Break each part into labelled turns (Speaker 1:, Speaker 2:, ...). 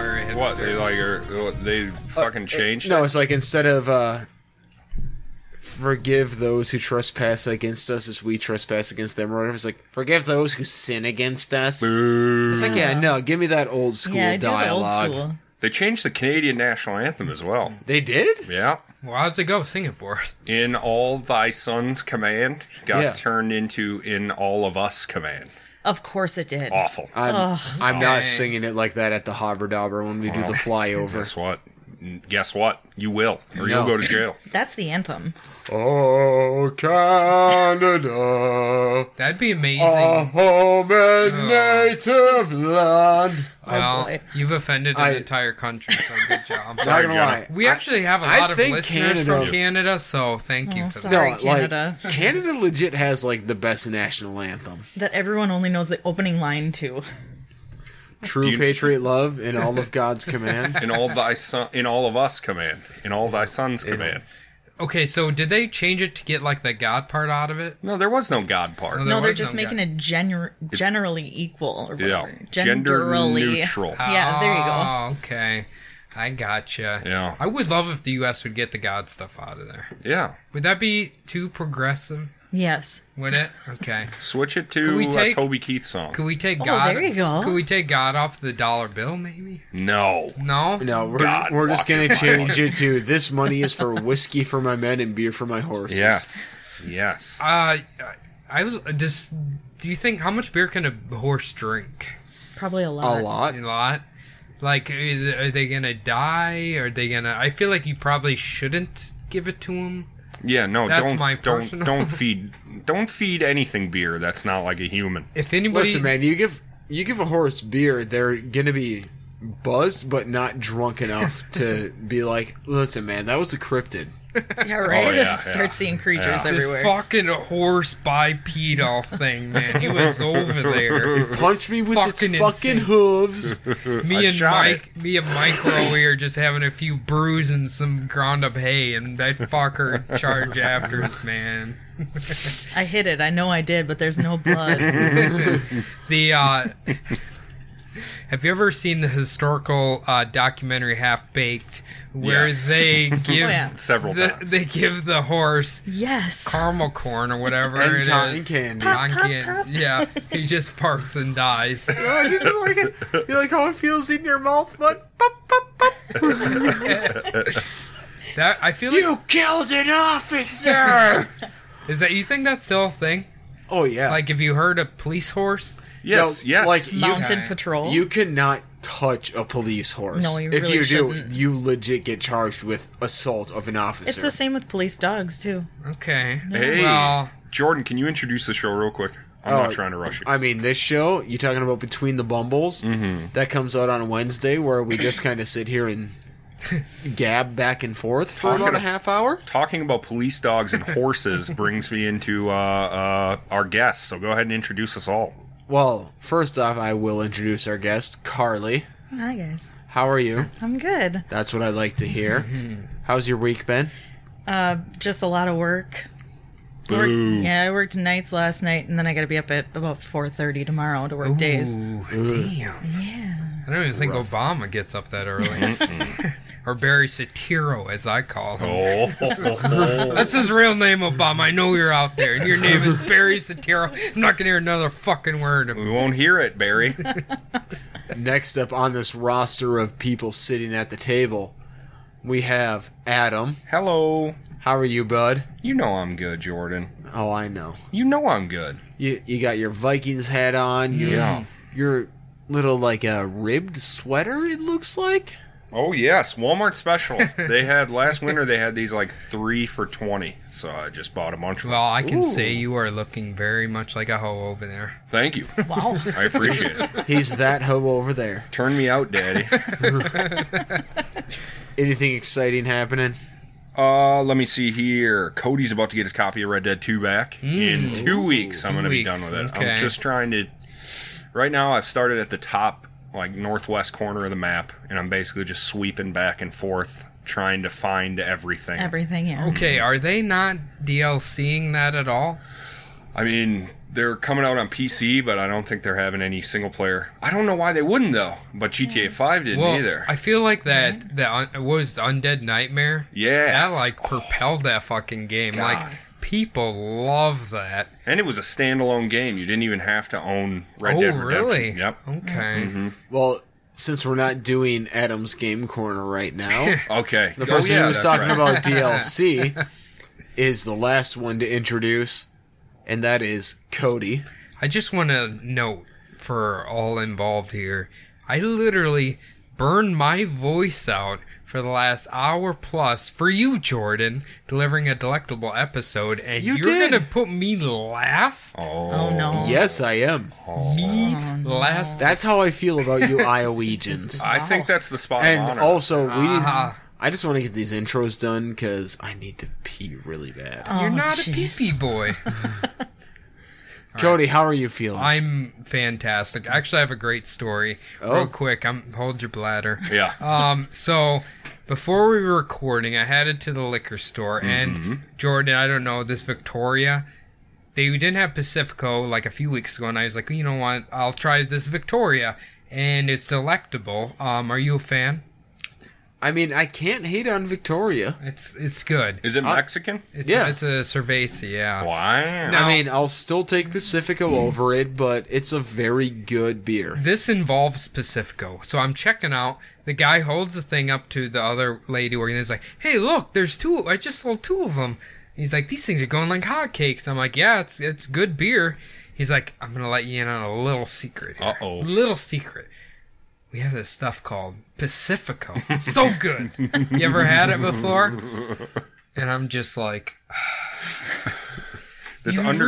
Speaker 1: They like are they fucking changed.
Speaker 2: Uh, No, it's like instead of uh, forgive those who trespass against us as we trespass against them, or whatever. It's like forgive those who sin against us.
Speaker 1: Boo.
Speaker 2: It's like yeah, no, give me that old school
Speaker 3: yeah, do the old
Speaker 2: dialogue.
Speaker 3: school.
Speaker 1: They changed the Canadian national anthem as well.
Speaker 2: They did.
Speaker 1: Yeah.
Speaker 4: Well, how's it go? Sing it for us.
Speaker 1: In all thy son's command got
Speaker 2: Yeah.
Speaker 1: turned into in all of us command.
Speaker 3: Of course it did.
Speaker 1: Awful.
Speaker 2: I'm, I'm
Speaker 4: Dang.
Speaker 2: not singing it like that at the Hobber Dobber when we do
Speaker 1: Oh,
Speaker 2: the flyover.
Speaker 1: Guess what? Guess what? You will, or
Speaker 2: No.
Speaker 1: you'll go to jail.
Speaker 3: That's the anthem.
Speaker 1: Oh, Canada,
Speaker 4: That'd be amazing.
Speaker 2: Oh,
Speaker 1: home and native land.
Speaker 4: well,
Speaker 3: boy.
Speaker 4: you've offended an
Speaker 2: I-
Speaker 4: entire country, so good job.
Speaker 2: Not
Speaker 1: Sorry,
Speaker 2: gonna
Speaker 1: Jenna.
Speaker 2: lie.
Speaker 4: We actually have a
Speaker 2: I
Speaker 4: lot of
Speaker 2: think
Speaker 4: listeners
Speaker 2: Canada-
Speaker 4: from Canada, so thank you
Speaker 3: Oh,
Speaker 4: for
Speaker 3: sorry.
Speaker 4: that.
Speaker 2: No,
Speaker 3: Canada.
Speaker 2: like Canada legit has like the best national anthem.
Speaker 3: That everyone only knows the opening line to.
Speaker 2: True
Speaker 1: you-
Speaker 2: patriot love and all of God's command.
Speaker 1: In all thy son, in all of us command, in all thy son's command.
Speaker 4: Okay, so did they change it to get like the God part out of it?
Speaker 1: No, there was no God part.
Speaker 4: No,
Speaker 3: No, they're
Speaker 4: was
Speaker 3: just
Speaker 4: no
Speaker 3: making
Speaker 4: guy.
Speaker 3: it gener- generally equal or
Speaker 1: yeah,
Speaker 3: whatever.
Speaker 1: gender
Speaker 3: Genderally.
Speaker 1: neutral.
Speaker 3: Yeah, there you go.
Speaker 4: Oh, okay. I gotcha.
Speaker 1: Yeah.
Speaker 4: I would love if the U.S. would get the God stuff out of there.
Speaker 1: yeah,
Speaker 4: Would that be too progressive?
Speaker 3: Yes.
Speaker 4: Would it? Okay.
Speaker 1: switch it
Speaker 4: Could
Speaker 1: to
Speaker 4: we take-
Speaker 1: a Toby Keith song.
Speaker 4: Could we take God?
Speaker 3: Oh, there you go.
Speaker 4: Could we take God off the dollar bill? Maybe.
Speaker 1: no,
Speaker 4: No.
Speaker 2: No, we're
Speaker 1: God
Speaker 2: we're just gonna
Speaker 1: watches my
Speaker 2: change
Speaker 1: heart.
Speaker 2: it to this money is for whiskey for my men and beer for my horses.
Speaker 1: yes, yes.
Speaker 4: Uh, I was just. Do you think how much beer can a horse drink?
Speaker 3: Probably a
Speaker 2: a
Speaker 3: lot.
Speaker 2: lot.
Speaker 4: A lot. Like, is- are they gonna die? Are they gonna? I feel like you probably shouldn't give it to them.
Speaker 1: Yeah, no,
Speaker 4: That's
Speaker 1: don't
Speaker 4: my
Speaker 1: don't
Speaker 4: personal-
Speaker 1: don't feed don't feed anything beer that's not like a human.
Speaker 4: If anybody,
Speaker 2: Listen, man, you give you give a horse beer, they're gonna be buzzed but not drunk enough to be like, listen, man, that was a cryptid.
Speaker 3: Yeah, right?
Speaker 1: Oh, yeah,
Speaker 3: Start
Speaker 1: yeah.
Speaker 3: seeing creatures
Speaker 1: Yeah.
Speaker 4: this
Speaker 3: everywhere.
Speaker 4: fucking horse bipedal thing, man, he was over there.
Speaker 2: Punch me with
Speaker 4: Fucking
Speaker 2: its fucking
Speaker 4: insane.
Speaker 2: hooves.
Speaker 4: Me
Speaker 1: I
Speaker 4: and
Speaker 1: shot
Speaker 4: Mike, me and Mike were over here just having a few brews and some ground up hay, and that fucker charged after us, man.
Speaker 3: I hit it. I know I did, but there's no blood.
Speaker 4: The uh Have you ever seen the historical uh, documentary Half Baked where
Speaker 1: Yes. Oh,
Speaker 4: they give
Speaker 3: yeah.
Speaker 1: Several
Speaker 4: the,
Speaker 1: times.
Speaker 4: they give the horse
Speaker 3: yes.
Speaker 4: caramel corn or whatever
Speaker 2: and
Speaker 4: it
Speaker 2: cotton
Speaker 4: is.
Speaker 2: candy.
Speaker 4: Cotton candy. Yeah, he just farts and dies.
Speaker 2: Oh, you just like it. You like how it feels in your mouth, but pop, pop, pop.
Speaker 4: That I feel like
Speaker 2: killed an officer.
Speaker 4: is that you think that's still a thing?
Speaker 2: oh yeah,
Speaker 4: Like if you heard a police horse,
Speaker 1: Yes,
Speaker 2: No,
Speaker 1: yes.
Speaker 2: like,
Speaker 3: Mounted
Speaker 4: Okay.
Speaker 3: patrol.
Speaker 2: you cannot touch a police horse.
Speaker 3: oh? No, you
Speaker 2: if
Speaker 3: really
Speaker 2: you
Speaker 3: shouldn't.
Speaker 2: do, you legit get charged with assault of an officer.
Speaker 3: it's the same with police dogs, too.
Speaker 4: okay.
Speaker 1: hey,
Speaker 4: Well,
Speaker 1: Jordan, can you introduce the show real quick? I'm
Speaker 2: Oh,
Speaker 1: not trying to rush you.
Speaker 2: I mean, this show you talking about Between the Bumbles that comes out on Wednesday, where we just kind of sit here and gab back and forth for
Speaker 1: Talking
Speaker 2: about a
Speaker 1: ab-
Speaker 2: half hour.
Speaker 1: Talking about police dogs and horses brings me into uh, uh, our guests. So go ahead and introduce us all.
Speaker 2: Well, first off, I will introduce our guest, Carly.
Speaker 3: Hi, guys.
Speaker 2: How are you?
Speaker 3: I'm good.
Speaker 2: That's what I'd like to hear.
Speaker 3: Mm-hmm.
Speaker 2: How's your week been?
Speaker 3: Uh, just a lot of work. Work-
Speaker 1: Boo.
Speaker 3: yeah, I worked nights last night, and then I got to be up at about 4.30 tomorrow to work days.
Speaker 4: Ooh, damn. I don't even think Obama gets up that early. or Barry Satiro, as I call him.
Speaker 1: Oh,
Speaker 4: That's his real name, Obama. I know you're out there, and your name is Barry Satiro. I'm not gonna hear another fucking word. of-
Speaker 1: we won't hear it, Barry.
Speaker 2: Next up on this roster of people sitting at the table, we have Adam.
Speaker 1: Hello.
Speaker 2: How are you, bud?
Speaker 1: You know I'm good, Jordan.
Speaker 2: Oh, I know.
Speaker 1: You know I'm good.
Speaker 2: You you got your Vikings hat on. Your,
Speaker 1: Yeah.
Speaker 2: Your little like a ribbed sweater. It looks like.
Speaker 1: Oh yes, Walmart special. they had last winter. They had these like three for twenty. So I just bought a bunch of them.
Speaker 4: Well, I can
Speaker 2: Ooh.
Speaker 4: say you are looking very much like a hoe over there.
Speaker 1: Thank you.
Speaker 3: Wow.
Speaker 1: I appreciate it.
Speaker 2: He's that hobo over there.
Speaker 1: Turn me out, Daddy.
Speaker 2: Anything exciting happening?
Speaker 1: Uh, let me see here. Cody's about to get his copy of Red Dead 2 back in two weeks. I'm
Speaker 4: Hmm. two
Speaker 1: going to be done
Speaker 4: weeks,
Speaker 1: with it.
Speaker 4: okay.
Speaker 1: I'm just trying to. Right now, I've started at the top, like northwest corner of the map, and I'm basically just sweeping back and forth, trying to find everything.
Speaker 3: Everything, yeah.
Speaker 4: Okay, are they not DLCing that at all?
Speaker 1: I mean, they're coming out on PC, but I don't think they're having any single player. I don't know why they wouldn't though. But GTA Five didn't
Speaker 4: Well,
Speaker 1: either.
Speaker 4: I feel like that that un- it was Undead Nightmare.
Speaker 1: Yes.
Speaker 4: that like propelled that fucking game. Like
Speaker 1: God.
Speaker 4: people love that.
Speaker 1: and it was a standalone game. You didn't even have to own Red Dead
Speaker 4: oh,
Speaker 1: Redemption.
Speaker 4: really?
Speaker 1: Yep. Mm-hmm.
Speaker 4: Okay.
Speaker 2: Well, since we're not doing Adam's Game Corner right now,
Speaker 1: Okay.
Speaker 2: the person
Speaker 1: oh, yeah,
Speaker 2: who was
Speaker 1: that's
Speaker 2: talking
Speaker 1: right.
Speaker 2: about DLC is the last one to introduce, and that is Cody.
Speaker 4: I just want to note for all involved here, I literally burned my voice out for the last hour plus for you, Jordan, delivering a delectable episode, and
Speaker 2: You
Speaker 4: are
Speaker 2: did.
Speaker 4: gonna put me last.
Speaker 1: Oh,
Speaker 3: Oh no.
Speaker 2: Yes, I am.
Speaker 4: Me last.
Speaker 2: That's how I feel about you, Iowegians.
Speaker 1: I think that's the spot of
Speaker 2: And
Speaker 1: honor.
Speaker 2: also, we.
Speaker 4: Ah.
Speaker 2: I just want to get these intros done because I need to pee really bad.
Speaker 3: Oh,
Speaker 4: You're not a
Speaker 3: jeez.
Speaker 4: pee pee boy.
Speaker 2: Cody, how are you feeling?
Speaker 4: I'm fantastic. Actually, I have a great story.
Speaker 2: Oh.
Speaker 4: Real quick, I'm hold your bladder.
Speaker 1: yeah.
Speaker 4: Um, so before we were recording, I headed to the liquor store, and Jordan, I don't know this Victoria. They didn't have Pacifico like a few weeks ago, and I was like, you know what? I'll try this Victoria, and it's delectable. Um, are you a fan?
Speaker 2: I mean, I can't hate on Victoria.
Speaker 4: It's it's good.
Speaker 1: Is it
Speaker 2: Uh,
Speaker 1: Mexican?
Speaker 4: It's
Speaker 2: Yeah.
Speaker 4: it's a cerveza, yeah.
Speaker 1: Wow.
Speaker 4: Now-
Speaker 2: I mean, I'll still take Pacifico over it, but it's a very good beer.
Speaker 4: This involves Pacifico. So I'm checking out. The guy holds the thing up to the other lady working. there. He's like, hey, look, there's two. I just sold two of them. He's like, these things are going like hotcakes. I'm like, yeah, it's, it's good beer. He's like, I'm going to let you in on a little secret. here.
Speaker 1: Uh-oh.
Speaker 4: Little secret. We have this stuff called Pacifico. so good. You ever had it before? And I'm just like,
Speaker 1: this
Speaker 4: you
Speaker 1: underground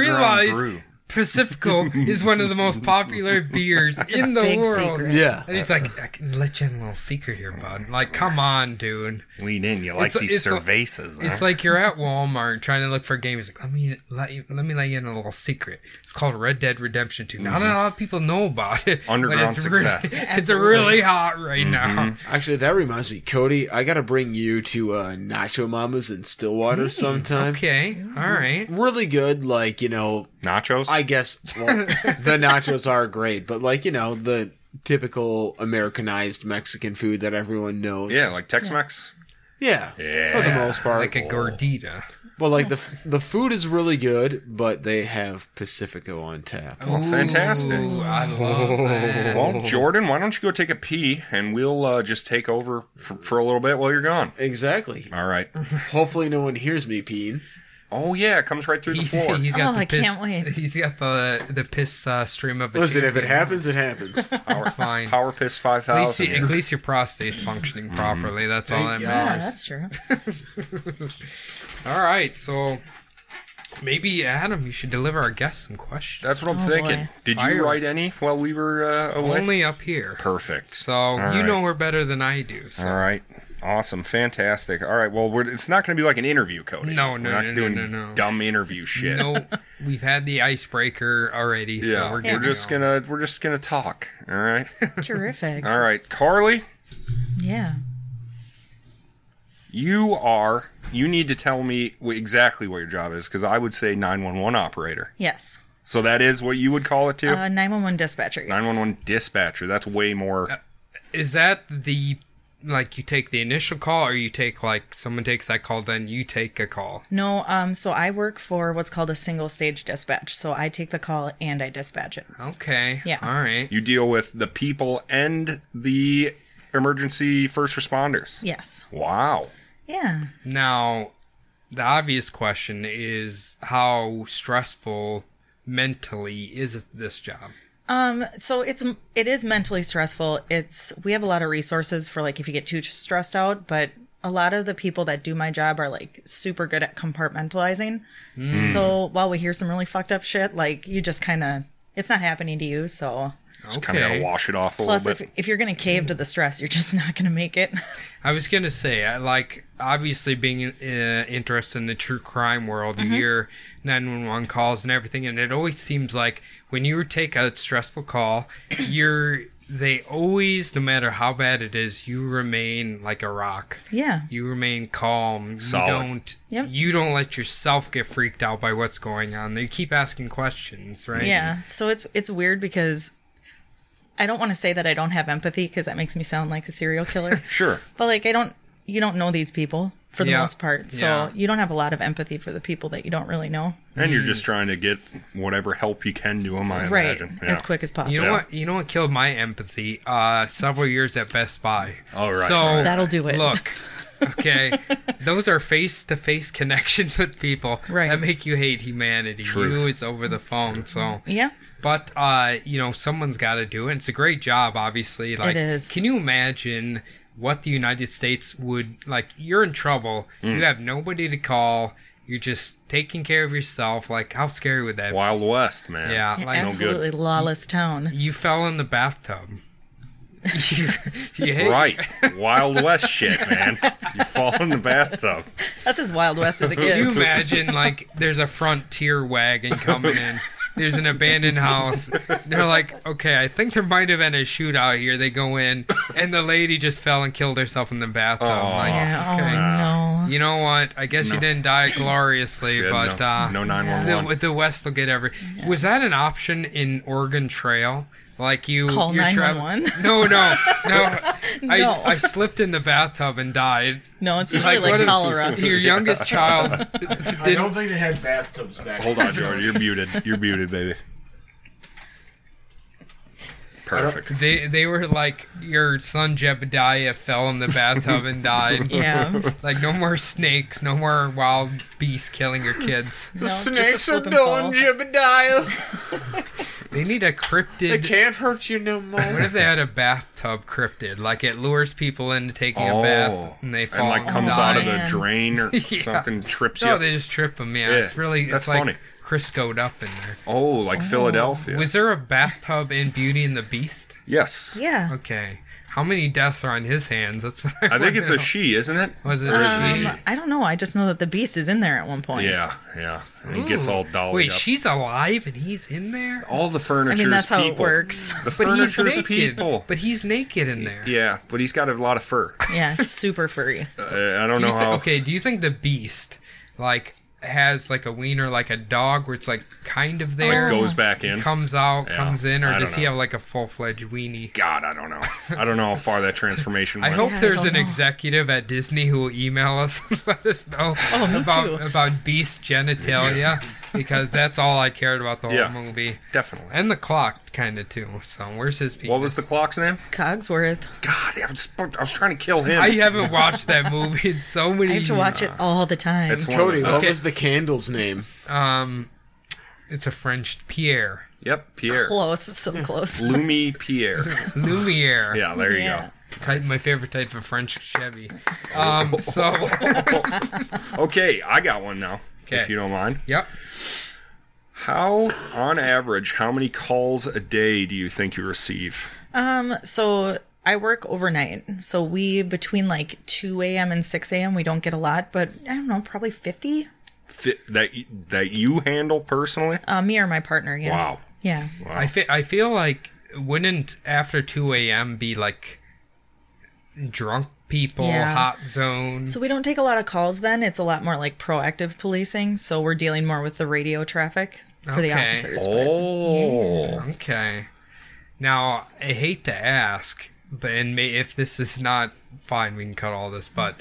Speaker 4: realize
Speaker 1: brew.
Speaker 4: Pacifico is one of the most popular beers in the
Speaker 3: big
Speaker 4: world.
Speaker 3: secret.
Speaker 2: Yeah.
Speaker 4: And he's like, I can let you in a little secret here, bud. Like, come on, dude.
Speaker 1: Lean in. You like
Speaker 4: It's-
Speaker 1: these
Speaker 4: it's like-
Speaker 1: cervezas?
Speaker 4: It's
Speaker 1: huh?
Speaker 4: like you're at Walmart trying to look for a game. He's like, let me let you let me let you in a little secret. It's called Red Dead Redemption 2. Not a lot of people know about it. but
Speaker 1: Underground
Speaker 4: it's really-
Speaker 1: success.
Speaker 4: it's really hot right now.
Speaker 2: Actually, that reminds me, Cody, I got to bring you to uh, Nacho Mamas in Stillwater sometime.
Speaker 4: Okay, all right.
Speaker 2: Really good, like, you know,
Speaker 1: nachos.
Speaker 2: I guess well, the nachos are great, but like, you know, the typical Americanized Mexican food that everyone knows.
Speaker 1: yeah, like Tex-Mex.
Speaker 2: Yeah. For the
Speaker 1: Yeah.
Speaker 2: most part.
Speaker 4: Like a gordita.
Speaker 2: Well, like the f- the food is really good, but they have Pacifico on tap.
Speaker 1: Well, Oh, fantastic.
Speaker 4: Ooh, I love that.
Speaker 1: Well, Jordan, why don't you go take a pee and we'll uh, just take over for, for a little bit while you're gone.
Speaker 2: Exactly.
Speaker 1: All right.
Speaker 2: Hopefully, no one hears me peeing.
Speaker 1: Oh yeah, it comes right through the
Speaker 4: He's,
Speaker 1: floor.
Speaker 4: he's got
Speaker 3: Oh,
Speaker 4: the
Speaker 3: I
Speaker 4: piss,
Speaker 3: can't wait.
Speaker 4: He's got the the piss uh, stream of it.
Speaker 2: Listen, if it happens, it happens.
Speaker 4: Oh, it's fine.
Speaker 1: Power Piss five
Speaker 4: At least, you- at
Speaker 1: thousand.
Speaker 4: least your prostate's functioning properly. That's all that
Speaker 3: Yeah,
Speaker 4: matters.
Speaker 3: that's true.
Speaker 4: All right, so maybe Adam, you should deliver our guests some questions.
Speaker 1: That's what I'm
Speaker 3: Oh,
Speaker 1: thinking.
Speaker 3: boy.
Speaker 1: Did you
Speaker 4: Fire.
Speaker 1: write any while we were uh, away?
Speaker 4: Only up here,
Speaker 1: Perfect.
Speaker 4: so
Speaker 1: All
Speaker 4: you
Speaker 1: right.
Speaker 4: know her better than I do. So.
Speaker 1: All right. Awesome. Fantastic. All right. Well, we're, it's not going to be like an interview, Cody.
Speaker 4: No, no,
Speaker 1: we're not
Speaker 4: no, no,
Speaker 1: doing
Speaker 4: no, no.
Speaker 1: dumb interview shit.
Speaker 4: No, we've had the icebreaker already.
Speaker 1: Yeah,
Speaker 4: so we're,
Speaker 1: we're,
Speaker 4: good to
Speaker 1: just
Speaker 4: go.
Speaker 1: gonna we're just gonna talk. All right.
Speaker 3: Terrific.
Speaker 1: All right, Carly.
Speaker 3: Yeah.
Speaker 1: you are you need to tell me wh- exactly what your job is because i would say 911 operator
Speaker 3: Yes.
Speaker 1: so that is what you would call it too
Speaker 3: Uh, 911 dispatcher. Yes.
Speaker 1: 911 dispatcher that's way
Speaker 4: Uh,
Speaker 1: more
Speaker 4: Is that the like you take the initial call, or you take like someone takes that call, then you take a call?
Speaker 3: No, um, so I work for what's called a single stage dispatch. So I take the call and I dispatch it.
Speaker 4: Okay.
Speaker 3: Yeah.
Speaker 4: All right.
Speaker 1: you deal with the people and the emergency first responders
Speaker 3: Yes.
Speaker 1: wow
Speaker 3: Yeah.
Speaker 4: Now, the obvious question is how stressful mentally is this job?
Speaker 3: Um, so it's it is mentally stressful. It's we have a lot of resources for like if you get too stressed out, but a lot of the people that do my job are like super good at compartmentalizing. So while we hear some really fucked up shit, like you just kind of it's not happening to you. So
Speaker 4: Okay.
Speaker 1: kind of gotta wash it off a
Speaker 3: plus,
Speaker 1: little
Speaker 3: if
Speaker 1: bit
Speaker 3: if you're gonna cave to the stress, you're just not gonna make it.
Speaker 4: I was gonna say, I like obviously being uh, interested in the true crime world,
Speaker 1: Mm-hmm.
Speaker 4: you hear nine one one calls and everything, and it always seems like when you take a stressful call, you're they always, no matter how bad it is, you remain like a rock.
Speaker 3: Yeah.
Speaker 4: You remain calm. You
Speaker 1: Solid.
Speaker 4: don't.
Speaker 3: Yep.
Speaker 4: You don't let yourself get freaked out by what's going on. You keep asking questions, right?
Speaker 3: Yeah. So it's it's weird because I don't want to say that I don't have empathy because that makes me sound like a serial killer.
Speaker 1: Sure.
Speaker 3: but like I don't you don't know these people for the
Speaker 4: Yeah.
Speaker 3: most part. So
Speaker 4: Yeah.
Speaker 3: you don't have a lot of empathy for the people that you don't really know.
Speaker 1: And you're just trying to get whatever help you can to them, I imagine.
Speaker 3: As
Speaker 1: Yeah.
Speaker 3: quick as possible.
Speaker 4: You know
Speaker 1: Yeah.
Speaker 4: what? You know what killed my empathy? Uh, several years at Best Buy.
Speaker 1: Oh, right,
Speaker 4: So
Speaker 1: right.
Speaker 3: That'll do it.
Speaker 4: Look, okay, those are face-to-face connections with people
Speaker 3: Right.
Speaker 4: that make you hate humanity.
Speaker 1: Truth.
Speaker 4: You is over the phone. So
Speaker 3: Yeah.
Speaker 4: but uh, you know, someone's got to do it. It's a great job, obviously. Like,
Speaker 3: is.
Speaker 4: Can you imagine what the United States would like? You're in trouble.
Speaker 1: Mm.
Speaker 4: You have nobody to call. You're just taking care of yourself. Like, how scary would that? be?
Speaker 1: Wild West, man.
Speaker 4: Yeah,
Speaker 1: It's
Speaker 4: like-
Speaker 1: no good.
Speaker 3: Absolutely lawless town.
Speaker 4: You fell in the bathtub. you, you hit,
Speaker 1: Right. Wild West shit, man. You fall in the bathtub.
Speaker 3: That's as wild west as it
Speaker 4: Can you
Speaker 3: gets.
Speaker 4: imagine like there's a frontier wagon coming in? There's an abandoned house. They're like, okay, I think there might have been a shootout here. They go in, and the lady just fell and killed herself in the bathtub.
Speaker 1: Aw.
Speaker 4: Like,
Speaker 3: yeah.
Speaker 4: okay.
Speaker 3: Oh no.
Speaker 4: You know what? I guess you didn't die gloriously,
Speaker 1: Shit,
Speaker 4: but
Speaker 1: no,
Speaker 4: uh,
Speaker 1: no
Speaker 4: the,
Speaker 1: 911.
Speaker 4: the West will get every. Was that an option in Oregon Trail? Like you
Speaker 3: Call
Speaker 4: you're trav-
Speaker 3: 911?
Speaker 4: No, no, no.
Speaker 3: No.
Speaker 4: I, I slipped in the bathtub and died.
Speaker 3: No, it's usually
Speaker 4: what
Speaker 3: like
Speaker 4: if
Speaker 3: cholera.
Speaker 4: Your youngest child
Speaker 2: I
Speaker 4: didn't
Speaker 2: don't think they had bathtubs back.
Speaker 1: Hold on, Jordan. You're muted. You're muted, baby. Perfect.
Speaker 4: They they were like your son Jebediah fell in the bathtub and died.
Speaker 3: Yeah.
Speaker 4: Like no more snakes, no more wild beasts killing your kids.
Speaker 3: No, just a slip and fall.
Speaker 2: Jebediah.
Speaker 4: They need a
Speaker 2: They
Speaker 4: cryptid.
Speaker 2: can't hurt you no
Speaker 4: What
Speaker 2: more.
Speaker 4: if they had a bathtub cryptid? Like it lures people into taking a
Speaker 1: Oh.
Speaker 4: bath and they fall
Speaker 1: And like comes
Speaker 4: die.
Speaker 1: out of the
Speaker 3: man.
Speaker 1: drain or something, trips you.
Speaker 4: No,
Speaker 1: up.
Speaker 4: they just trip them. Yeah,
Speaker 1: Yeah,
Speaker 4: it's really it's
Speaker 1: that's
Speaker 4: like
Speaker 1: funny.
Speaker 4: Criscoed up in there.
Speaker 1: Oh, like Philadelphia.
Speaker 4: Was there a bathtub in Beauty and the Beast?
Speaker 1: yes.
Speaker 3: Yeah.
Speaker 4: Okay, how many deaths are on his hands? That's what I,
Speaker 1: I think
Speaker 4: wanna
Speaker 1: it's a
Speaker 4: know.
Speaker 1: she, isn't it?
Speaker 4: Was it
Speaker 1: Or is
Speaker 4: a
Speaker 1: it-
Speaker 4: she?
Speaker 3: Um, I don't know. I just know that the beast is in there at one point.
Speaker 1: Yeah, yeah. And he gets
Speaker 4: Ooh.
Speaker 1: all dollied
Speaker 4: Wait,
Speaker 1: up.
Speaker 4: she's alive and he's in there?
Speaker 1: all the furniture's
Speaker 3: I mean, that's how
Speaker 1: people.
Speaker 3: it works.
Speaker 1: The
Speaker 4: But he's
Speaker 1: furniture's
Speaker 4: naked.
Speaker 1: people.
Speaker 4: But he's naked in there.
Speaker 1: yeah, but he's got a lot of fur.
Speaker 3: Yeah, super furry.
Speaker 1: Uh, I don't
Speaker 4: Do you
Speaker 1: know
Speaker 4: thi-
Speaker 1: how.
Speaker 4: okay, do you think the beast like has like a wiener like a dog where it's like kind
Speaker 3: Oh.
Speaker 4: of there?
Speaker 1: Goes back in.
Speaker 4: comes out,
Speaker 1: Yeah,
Speaker 4: comes in, or
Speaker 1: I
Speaker 4: does
Speaker 1: don't
Speaker 4: he
Speaker 1: know.
Speaker 4: have like a full fledged weenie?
Speaker 1: God, I don't know. I don't know how far that transformation
Speaker 4: I
Speaker 1: went.
Speaker 4: hope
Speaker 3: Yeah, I
Speaker 4: there's
Speaker 3: don't
Speaker 4: an
Speaker 3: know.
Speaker 4: executive at Disney who will email us and let us know
Speaker 3: Oh, me
Speaker 4: about
Speaker 3: too.
Speaker 4: about beast genitalia because that's all I cared about the whole
Speaker 1: Yeah.
Speaker 4: movie.
Speaker 1: Definitely.
Speaker 4: And the clock kind of too. So where's his penis?
Speaker 1: what was the clock's name?
Speaker 3: Cogsworth.
Speaker 1: God, I was, I was trying to kill him.
Speaker 4: I haven't watched that movie in so many
Speaker 3: I have to watch it all the time.
Speaker 1: It's one of
Speaker 2: Cody,
Speaker 1: the-
Speaker 2: what
Speaker 1: okay.
Speaker 2: was the candle's name?
Speaker 4: Um, it's a French Pierre
Speaker 1: Oh, Yep, Pierre.
Speaker 3: close, so close.
Speaker 1: Lumi Pierre.
Speaker 4: Lumiere.
Speaker 1: Yeah, there you
Speaker 3: Yeah.
Speaker 4: type, my favorite type of French Chevy. Um, so
Speaker 1: go. Okay, I got one now, if
Speaker 4: Okay.
Speaker 1: you don't mind.
Speaker 4: yep,
Speaker 1: How, on average, how many calls a day do you think you receive?
Speaker 3: Um, so I work overnight. So we between like two a.m. and six a.m. We don't get a lot, but I don't know, probably fifty.
Speaker 1: Fit, that y- that you handle personally?
Speaker 3: Uh, me or my partner. Yeah.
Speaker 1: Wow.
Speaker 3: Yeah.
Speaker 4: I feel I feel like wouldn't after two a.m. be like drunk people
Speaker 3: Yeah.
Speaker 4: hot zone.
Speaker 3: So we don't take a lot of calls then. It's a lot more like proactive policing. So we're dealing more with the radio traffic for the
Speaker 4: Okay.
Speaker 3: officers. but-
Speaker 1: Oh.
Speaker 4: Okay, now I hate to ask, but and may, if this is not fine, we can cut all this, but.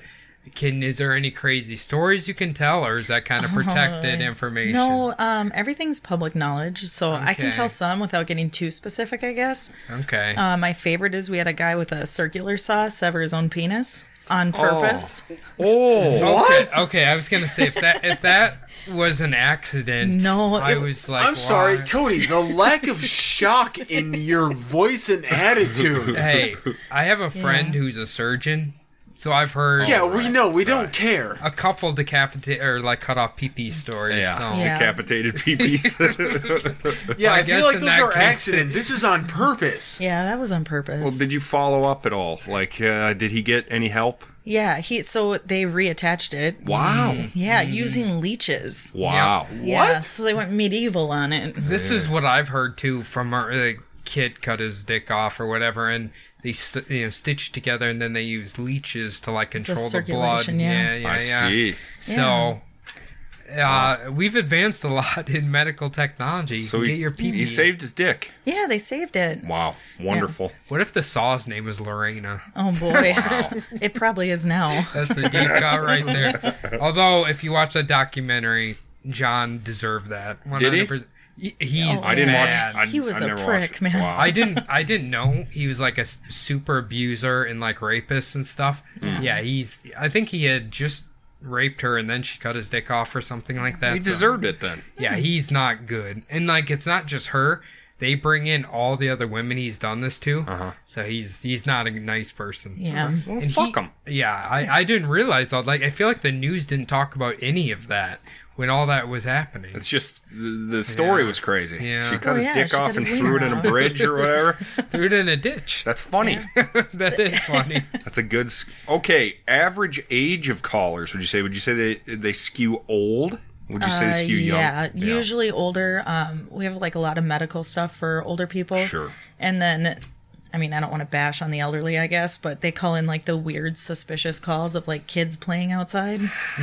Speaker 4: Can is there any crazy stories you can tell, or is that kind of protected information?
Speaker 3: Oh, No, um, everything's public knowledge, so I
Speaker 4: Okay.
Speaker 3: can tell some without getting too specific, I guess.
Speaker 4: Okay.
Speaker 3: Uh, my favorite is we had a guy with a circular saw sever his own penis on purpose.
Speaker 1: Oh.
Speaker 4: What? Okay, okay, I was gonna say if that if that was an accident,
Speaker 3: No,
Speaker 4: I
Speaker 3: it-
Speaker 4: was like,
Speaker 2: I'm sorry,
Speaker 4: why?
Speaker 2: Cody. The lack of shock in your voice and attitude.
Speaker 4: Hey, I have a friend who's a surgeon, so I've heard
Speaker 2: Yeah, we know. We don't care.
Speaker 4: a couple decapitated or like cut off PP stories.
Speaker 1: Yeah.
Speaker 4: so.
Speaker 3: Yeah.
Speaker 1: Decapitated peepees.
Speaker 2: Yeah,
Speaker 4: I
Speaker 2: I,
Speaker 4: guess
Speaker 2: feel like
Speaker 4: in
Speaker 2: those
Speaker 4: that
Speaker 2: are
Speaker 4: case-
Speaker 2: accident. This is on purpose.
Speaker 3: Yeah, that was on purpose.
Speaker 1: well, did you follow up at all? Like, uh, did he get any help?
Speaker 3: yeah, he so they reattached it.
Speaker 1: Wow.
Speaker 3: Mm. Yeah, using leeches.
Speaker 1: Wow.
Speaker 3: Yeah, so they went medieval on it.
Speaker 4: This is what I've heard too from our, like, kid cut his dick off or whatever, and they st- you know stitch it together, and then they use leeches to like control the, blood.
Speaker 3: circulation, yeah.
Speaker 4: yeah, yeah.
Speaker 1: I
Speaker 4: yeah.
Speaker 1: see.
Speaker 4: So. Uh, we've advanced a lot in medical technology. You
Speaker 1: So
Speaker 4: can
Speaker 1: he's,
Speaker 4: get your
Speaker 1: he
Speaker 4: PP.
Speaker 1: saved his dick.
Speaker 3: Yeah, they saved it.
Speaker 1: Wow, wonderful.
Speaker 4: What if the saw's name was Lorena?
Speaker 3: Oh boy, it probably is now.
Speaker 4: That's the deep cut right there. Although, if you watch that documentary, John deserved that.
Speaker 1: Did he?
Speaker 4: 100%. he? He's
Speaker 1: I didn't
Speaker 4: bad.
Speaker 1: watch. I,
Speaker 3: He was
Speaker 1: I
Speaker 3: a
Speaker 1: never
Speaker 3: prick,
Speaker 1: watched it.
Speaker 3: man.
Speaker 1: Wow.
Speaker 4: I didn't. I didn't know he was like a s- super abuser and like rapist and stuff.
Speaker 1: Hmm.
Speaker 4: Yeah, he's. I think he had just raped her and then she cut his dick off or something like that.
Speaker 1: he
Speaker 4: so-
Speaker 1: deserved it then.
Speaker 4: yeah, he's not good. And like, it's not just her. They bring in all the other women he's done this to.
Speaker 1: Uh-huh.
Speaker 4: So he's he's not a nice person.
Speaker 3: Yeah.
Speaker 1: Well,
Speaker 4: And
Speaker 1: fuck
Speaker 4: he-
Speaker 1: him.
Speaker 4: Yeah, I, I didn't realize all like I feel like the news didn't talk about any of that when all that was happening.
Speaker 1: It's just the, the story
Speaker 4: Yeah.
Speaker 1: was crazy.
Speaker 4: Yeah.
Speaker 1: She cut
Speaker 3: Oh,
Speaker 1: his
Speaker 3: yeah,
Speaker 1: dick
Speaker 3: she cut
Speaker 1: off and
Speaker 3: his
Speaker 1: threw it
Speaker 3: wiener
Speaker 1: in a
Speaker 3: off.
Speaker 1: bridge or whatever.
Speaker 4: Threw it in a ditch.
Speaker 1: That's funny.
Speaker 4: that is funny.
Speaker 1: That's a good. s- Okay, average age of callers. Would you say? Would you say they they skew old? Would you say they
Speaker 3: Uh,
Speaker 1: skew young?
Speaker 3: Yeah, usually older. Um, we have like a lot of medical stuff for older people.
Speaker 1: Sure.
Speaker 3: And then, I mean, I don't want to bash on the elderly, I guess, but they call in like the weird, suspicious calls of like kids playing outside.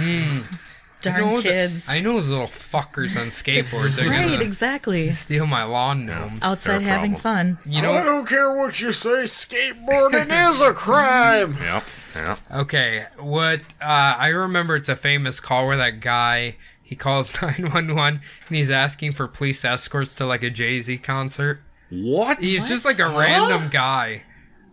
Speaker 3: Darn
Speaker 4: I know that-
Speaker 3: kids!
Speaker 4: Hmm. I know those little fuckers on skateboards are
Speaker 3: right,
Speaker 4: gonna
Speaker 3: exactly.
Speaker 4: steal my lawn gnome.
Speaker 3: Outside
Speaker 1: They're a
Speaker 3: having fun.
Speaker 4: You
Speaker 2: I
Speaker 4: know
Speaker 2: don't care what you say, skateboarding is a crime.
Speaker 1: Yeah. Yeah.
Speaker 4: okay, what uh, I remember it's a famous call where that guy he calls nine one one and he's asking for police escorts to like a Jay Z concert.
Speaker 1: What?
Speaker 4: He's just like a random guy.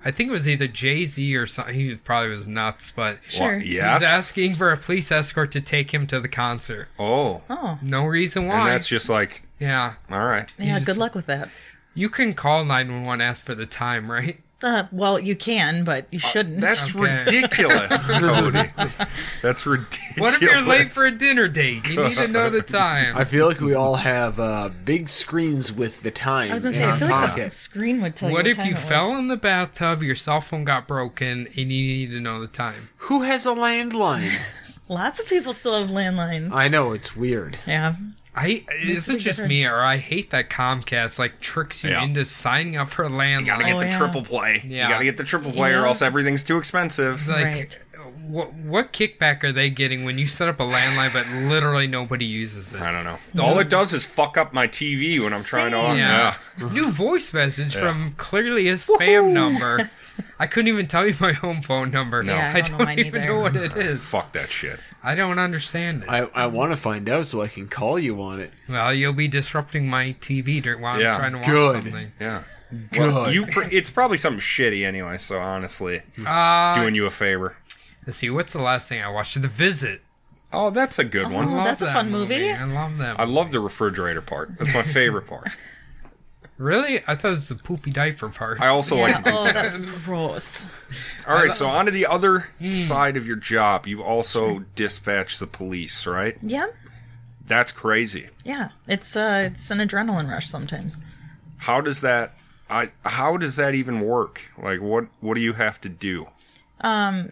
Speaker 4: I think it was either Jay Z or something. He probably was nuts, but
Speaker 3: Sure.
Speaker 1: Yes.
Speaker 4: he's asking for a police escort to take him to the concert.
Speaker 1: oh.
Speaker 3: Oh,
Speaker 4: No reason why.
Speaker 1: And that's just like
Speaker 4: yeah,
Speaker 1: all right.
Speaker 3: yeah.
Speaker 4: just-
Speaker 3: Good luck with that.
Speaker 4: you can call nine one one ask for the time, right?
Speaker 3: Uh, well, you can, but you shouldn't.
Speaker 1: Uh, That's
Speaker 4: Okay.
Speaker 1: ridiculous, Cody. That's ridiculous.
Speaker 4: What if you're late for a dinner date? You need to know the time.
Speaker 2: I feel like we all have uh, big screens with the time.
Speaker 3: I was gonna
Speaker 2: in
Speaker 3: say, I
Speaker 2: our
Speaker 3: feel like the
Speaker 2: pocket.
Speaker 3: screen would tell you.
Speaker 4: what if
Speaker 3: time
Speaker 4: you
Speaker 3: it was.
Speaker 4: fell in the bathtub, your cell phone got broken, and you need to know the time?
Speaker 2: Who has a landline?
Speaker 3: Lots of people still have landlines.
Speaker 2: I know it's weird.
Speaker 3: yeah.
Speaker 4: I is
Speaker 3: a
Speaker 4: it
Speaker 3: big
Speaker 4: just me or I hate that Comcast like tricks you
Speaker 1: Yeah.
Speaker 4: into signing up for a landline?
Speaker 1: You gotta get
Speaker 3: Oh,
Speaker 1: the
Speaker 3: yeah.
Speaker 1: triple play.
Speaker 4: Yeah.
Speaker 1: You gotta get the triple play,
Speaker 3: Yeah.
Speaker 1: or else everything's too expensive.
Speaker 4: like
Speaker 3: Right.
Speaker 4: what what kickback are they getting when you set up a landline but literally nobody uses it?
Speaker 1: I don't know. All it does is fuck up my TV when I'm trying to
Speaker 3: Same.
Speaker 1: on.
Speaker 4: Yeah. New voice message from clearly a spam number. I couldn't even tell you my home phone number.
Speaker 3: No. Yeah,
Speaker 4: I
Speaker 3: I
Speaker 4: don't,
Speaker 3: don't know mine
Speaker 4: even
Speaker 3: either.
Speaker 4: know what it is.
Speaker 1: Fuck that shit.
Speaker 4: I don't understand it.
Speaker 2: I, I want to find out so I can call you on it.
Speaker 4: well, you'll be disrupting my TV dur- while
Speaker 1: Yeah.
Speaker 4: I'm trying to watch
Speaker 2: Good.
Speaker 4: something.
Speaker 1: Yeah.
Speaker 2: Good.
Speaker 1: you pr- it's probably something shitty anyway, so honestly,
Speaker 4: Uh,
Speaker 1: doing you a favor.
Speaker 4: let's see, what's the last thing I watched? The Visit.
Speaker 1: Oh, that's a good one.
Speaker 3: Oh,
Speaker 4: Love
Speaker 3: that's a
Speaker 4: that
Speaker 3: fun movie.
Speaker 4: I love that.
Speaker 1: I love the refrigerator part. That's my favorite part.
Speaker 4: really? I thought it was the poopy diaper part.
Speaker 1: I also like
Speaker 3: Yeah.
Speaker 1: to do
Speaker 3: Oh, that was gross.
Speaker 1: All right, so on to the other
Speaker 3: Hmm.
Speaker 1: side of your job. You also dispatch the police, right?
Speaker 3: Yeah.
Speaker 1: That's crazy.
Speaker 3: Yeah, it's uh, it's an adrenaline rush sometimes.
Speaker 1: How does that I how does that even work? Like what what do you have to do?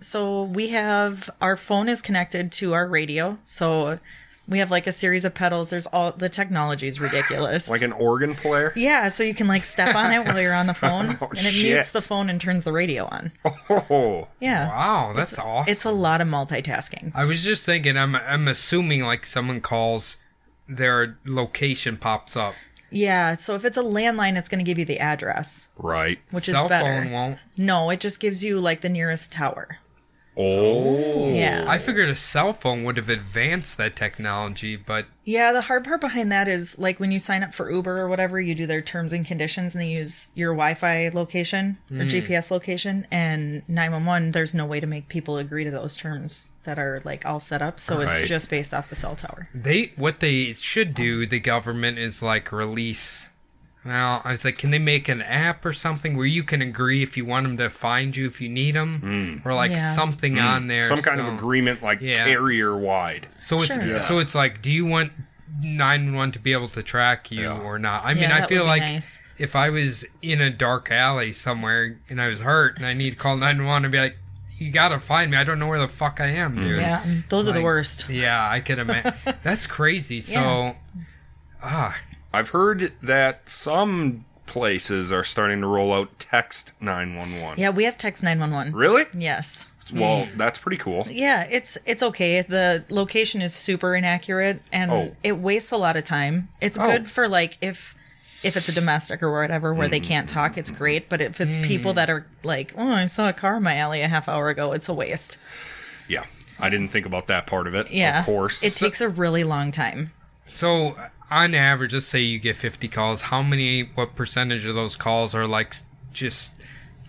Speaker 3: So we have our phone is connected to our radio, so we have like a series of pedals. There's all the technology is ridiculous.
Speaker 1: Like an organ player?
Speaker 3: yeah, so you can like step on it while you're on the phone, and it
Speaker 1: shit.
Speaker 3: mutes the phone and turns the radio on.
Speaker 1: Oh.
Speaker 3: Yeah,
Speaker 4: wow, that's awesome.
Speaker 3: it's a lot of multitasking.
Speaker 4: I was just thinking. I'm I'm assuming like someone calls, their location pops up.
Speaker 3: Yeah, so if it's a landline, it's going to give you the address,
Speaker 1: Right.
Speaker 3: which
Speaker 4: Cell
Speaker 3: is better.
Speaker 4: phone won't.
Speaker 3: No, it just gives you like the nearest tower.
Speaker 1: Oh.
Speaker 3: Yeah.
Speaker 4: I figured a cell phone would have advanced that technology, but
Speaker 3: Yeah, the hard part behind that is like when you sign up for Uber or whatever, you do their terms and conditions and they use your Wi Fi location
Speaker 4: Hmm.
Speaker 3: or GPS location. And 911, there's no way to make people agree to those terms that are like all set up. So
Speaker 1: Right.
Speaker 3: it's just based off the cell tower.
Speaker 4: they what they should do, the government is like release. Well, I was like, can they make an app or something where you can agree if you want them to find you if you need them, or like
Speaker 3: Yeah.
Speaker 4: something on there,
Speaker 1: Hmm. Some kind
Speaker 4: so-
Speaker 1: of agreement like
Speaker 4: Yeah.
Speaker 1: carrier wide.
Speaker 4: So it's
Speaker 3: Sure.
Speaker 4: so it's like, do you want nine one to be able to track you
Speaker 1: Yeah.
Speaker 4: or not? I mean,
Speaker 3: yeah,
Speaker 4: I
Speaker 3: that
Speaker 4: feel
Speaker 3: would
Speaker 4: like
Speaker 3: be nice.
Speaker 4: if I was in a dark alley somewhere and I was hurt and I need to call 911 and be like, you gotta find me. I don't know where the fuck I am, dude.
Speaker 3: Yeah, those are
Speaker 4: Like-
Speaker 3: the worst.
Speaker 4: Yeah, I could imagine. That's crazy. So,
Speaker 3: Yeah.
Speaker 4: ah,
Speaker 1: I've heard that some places are starting to roll out text 911.
Speaker 3: Yeah, Mm-hmm. we have text 911.
Speaker 1: Really?
Speaker 3: Yes.
Speaker 1: Well, that's pretty cool.
Speaker 3: Yeah, it's it's okay. The location is super inaccurate and
Speaker 1: Oh.
Speaker 3: it wastes a lot of time. It's
Speaker 1: Oh.
Speaker 3: good for like if if it's a domestic or whatever where
Speaker 1: Mm-hmm.
Speaker 3: they can't talk, it's great. But if it's
Speaker 1: Mm.
Speaker 3: people that are like, oh, I saw a car in my alley a half hour ago, it's a waste.
Speaker 1: Yeah. I didn't think about that part of it.
Speaker 3: Yeah,
Speaker 1: Of course.
Speaker 3: it takes a really long time.
Speaker 4: So, on average, let's say you get 50 calls. How many, what percentage of those calls are like s- just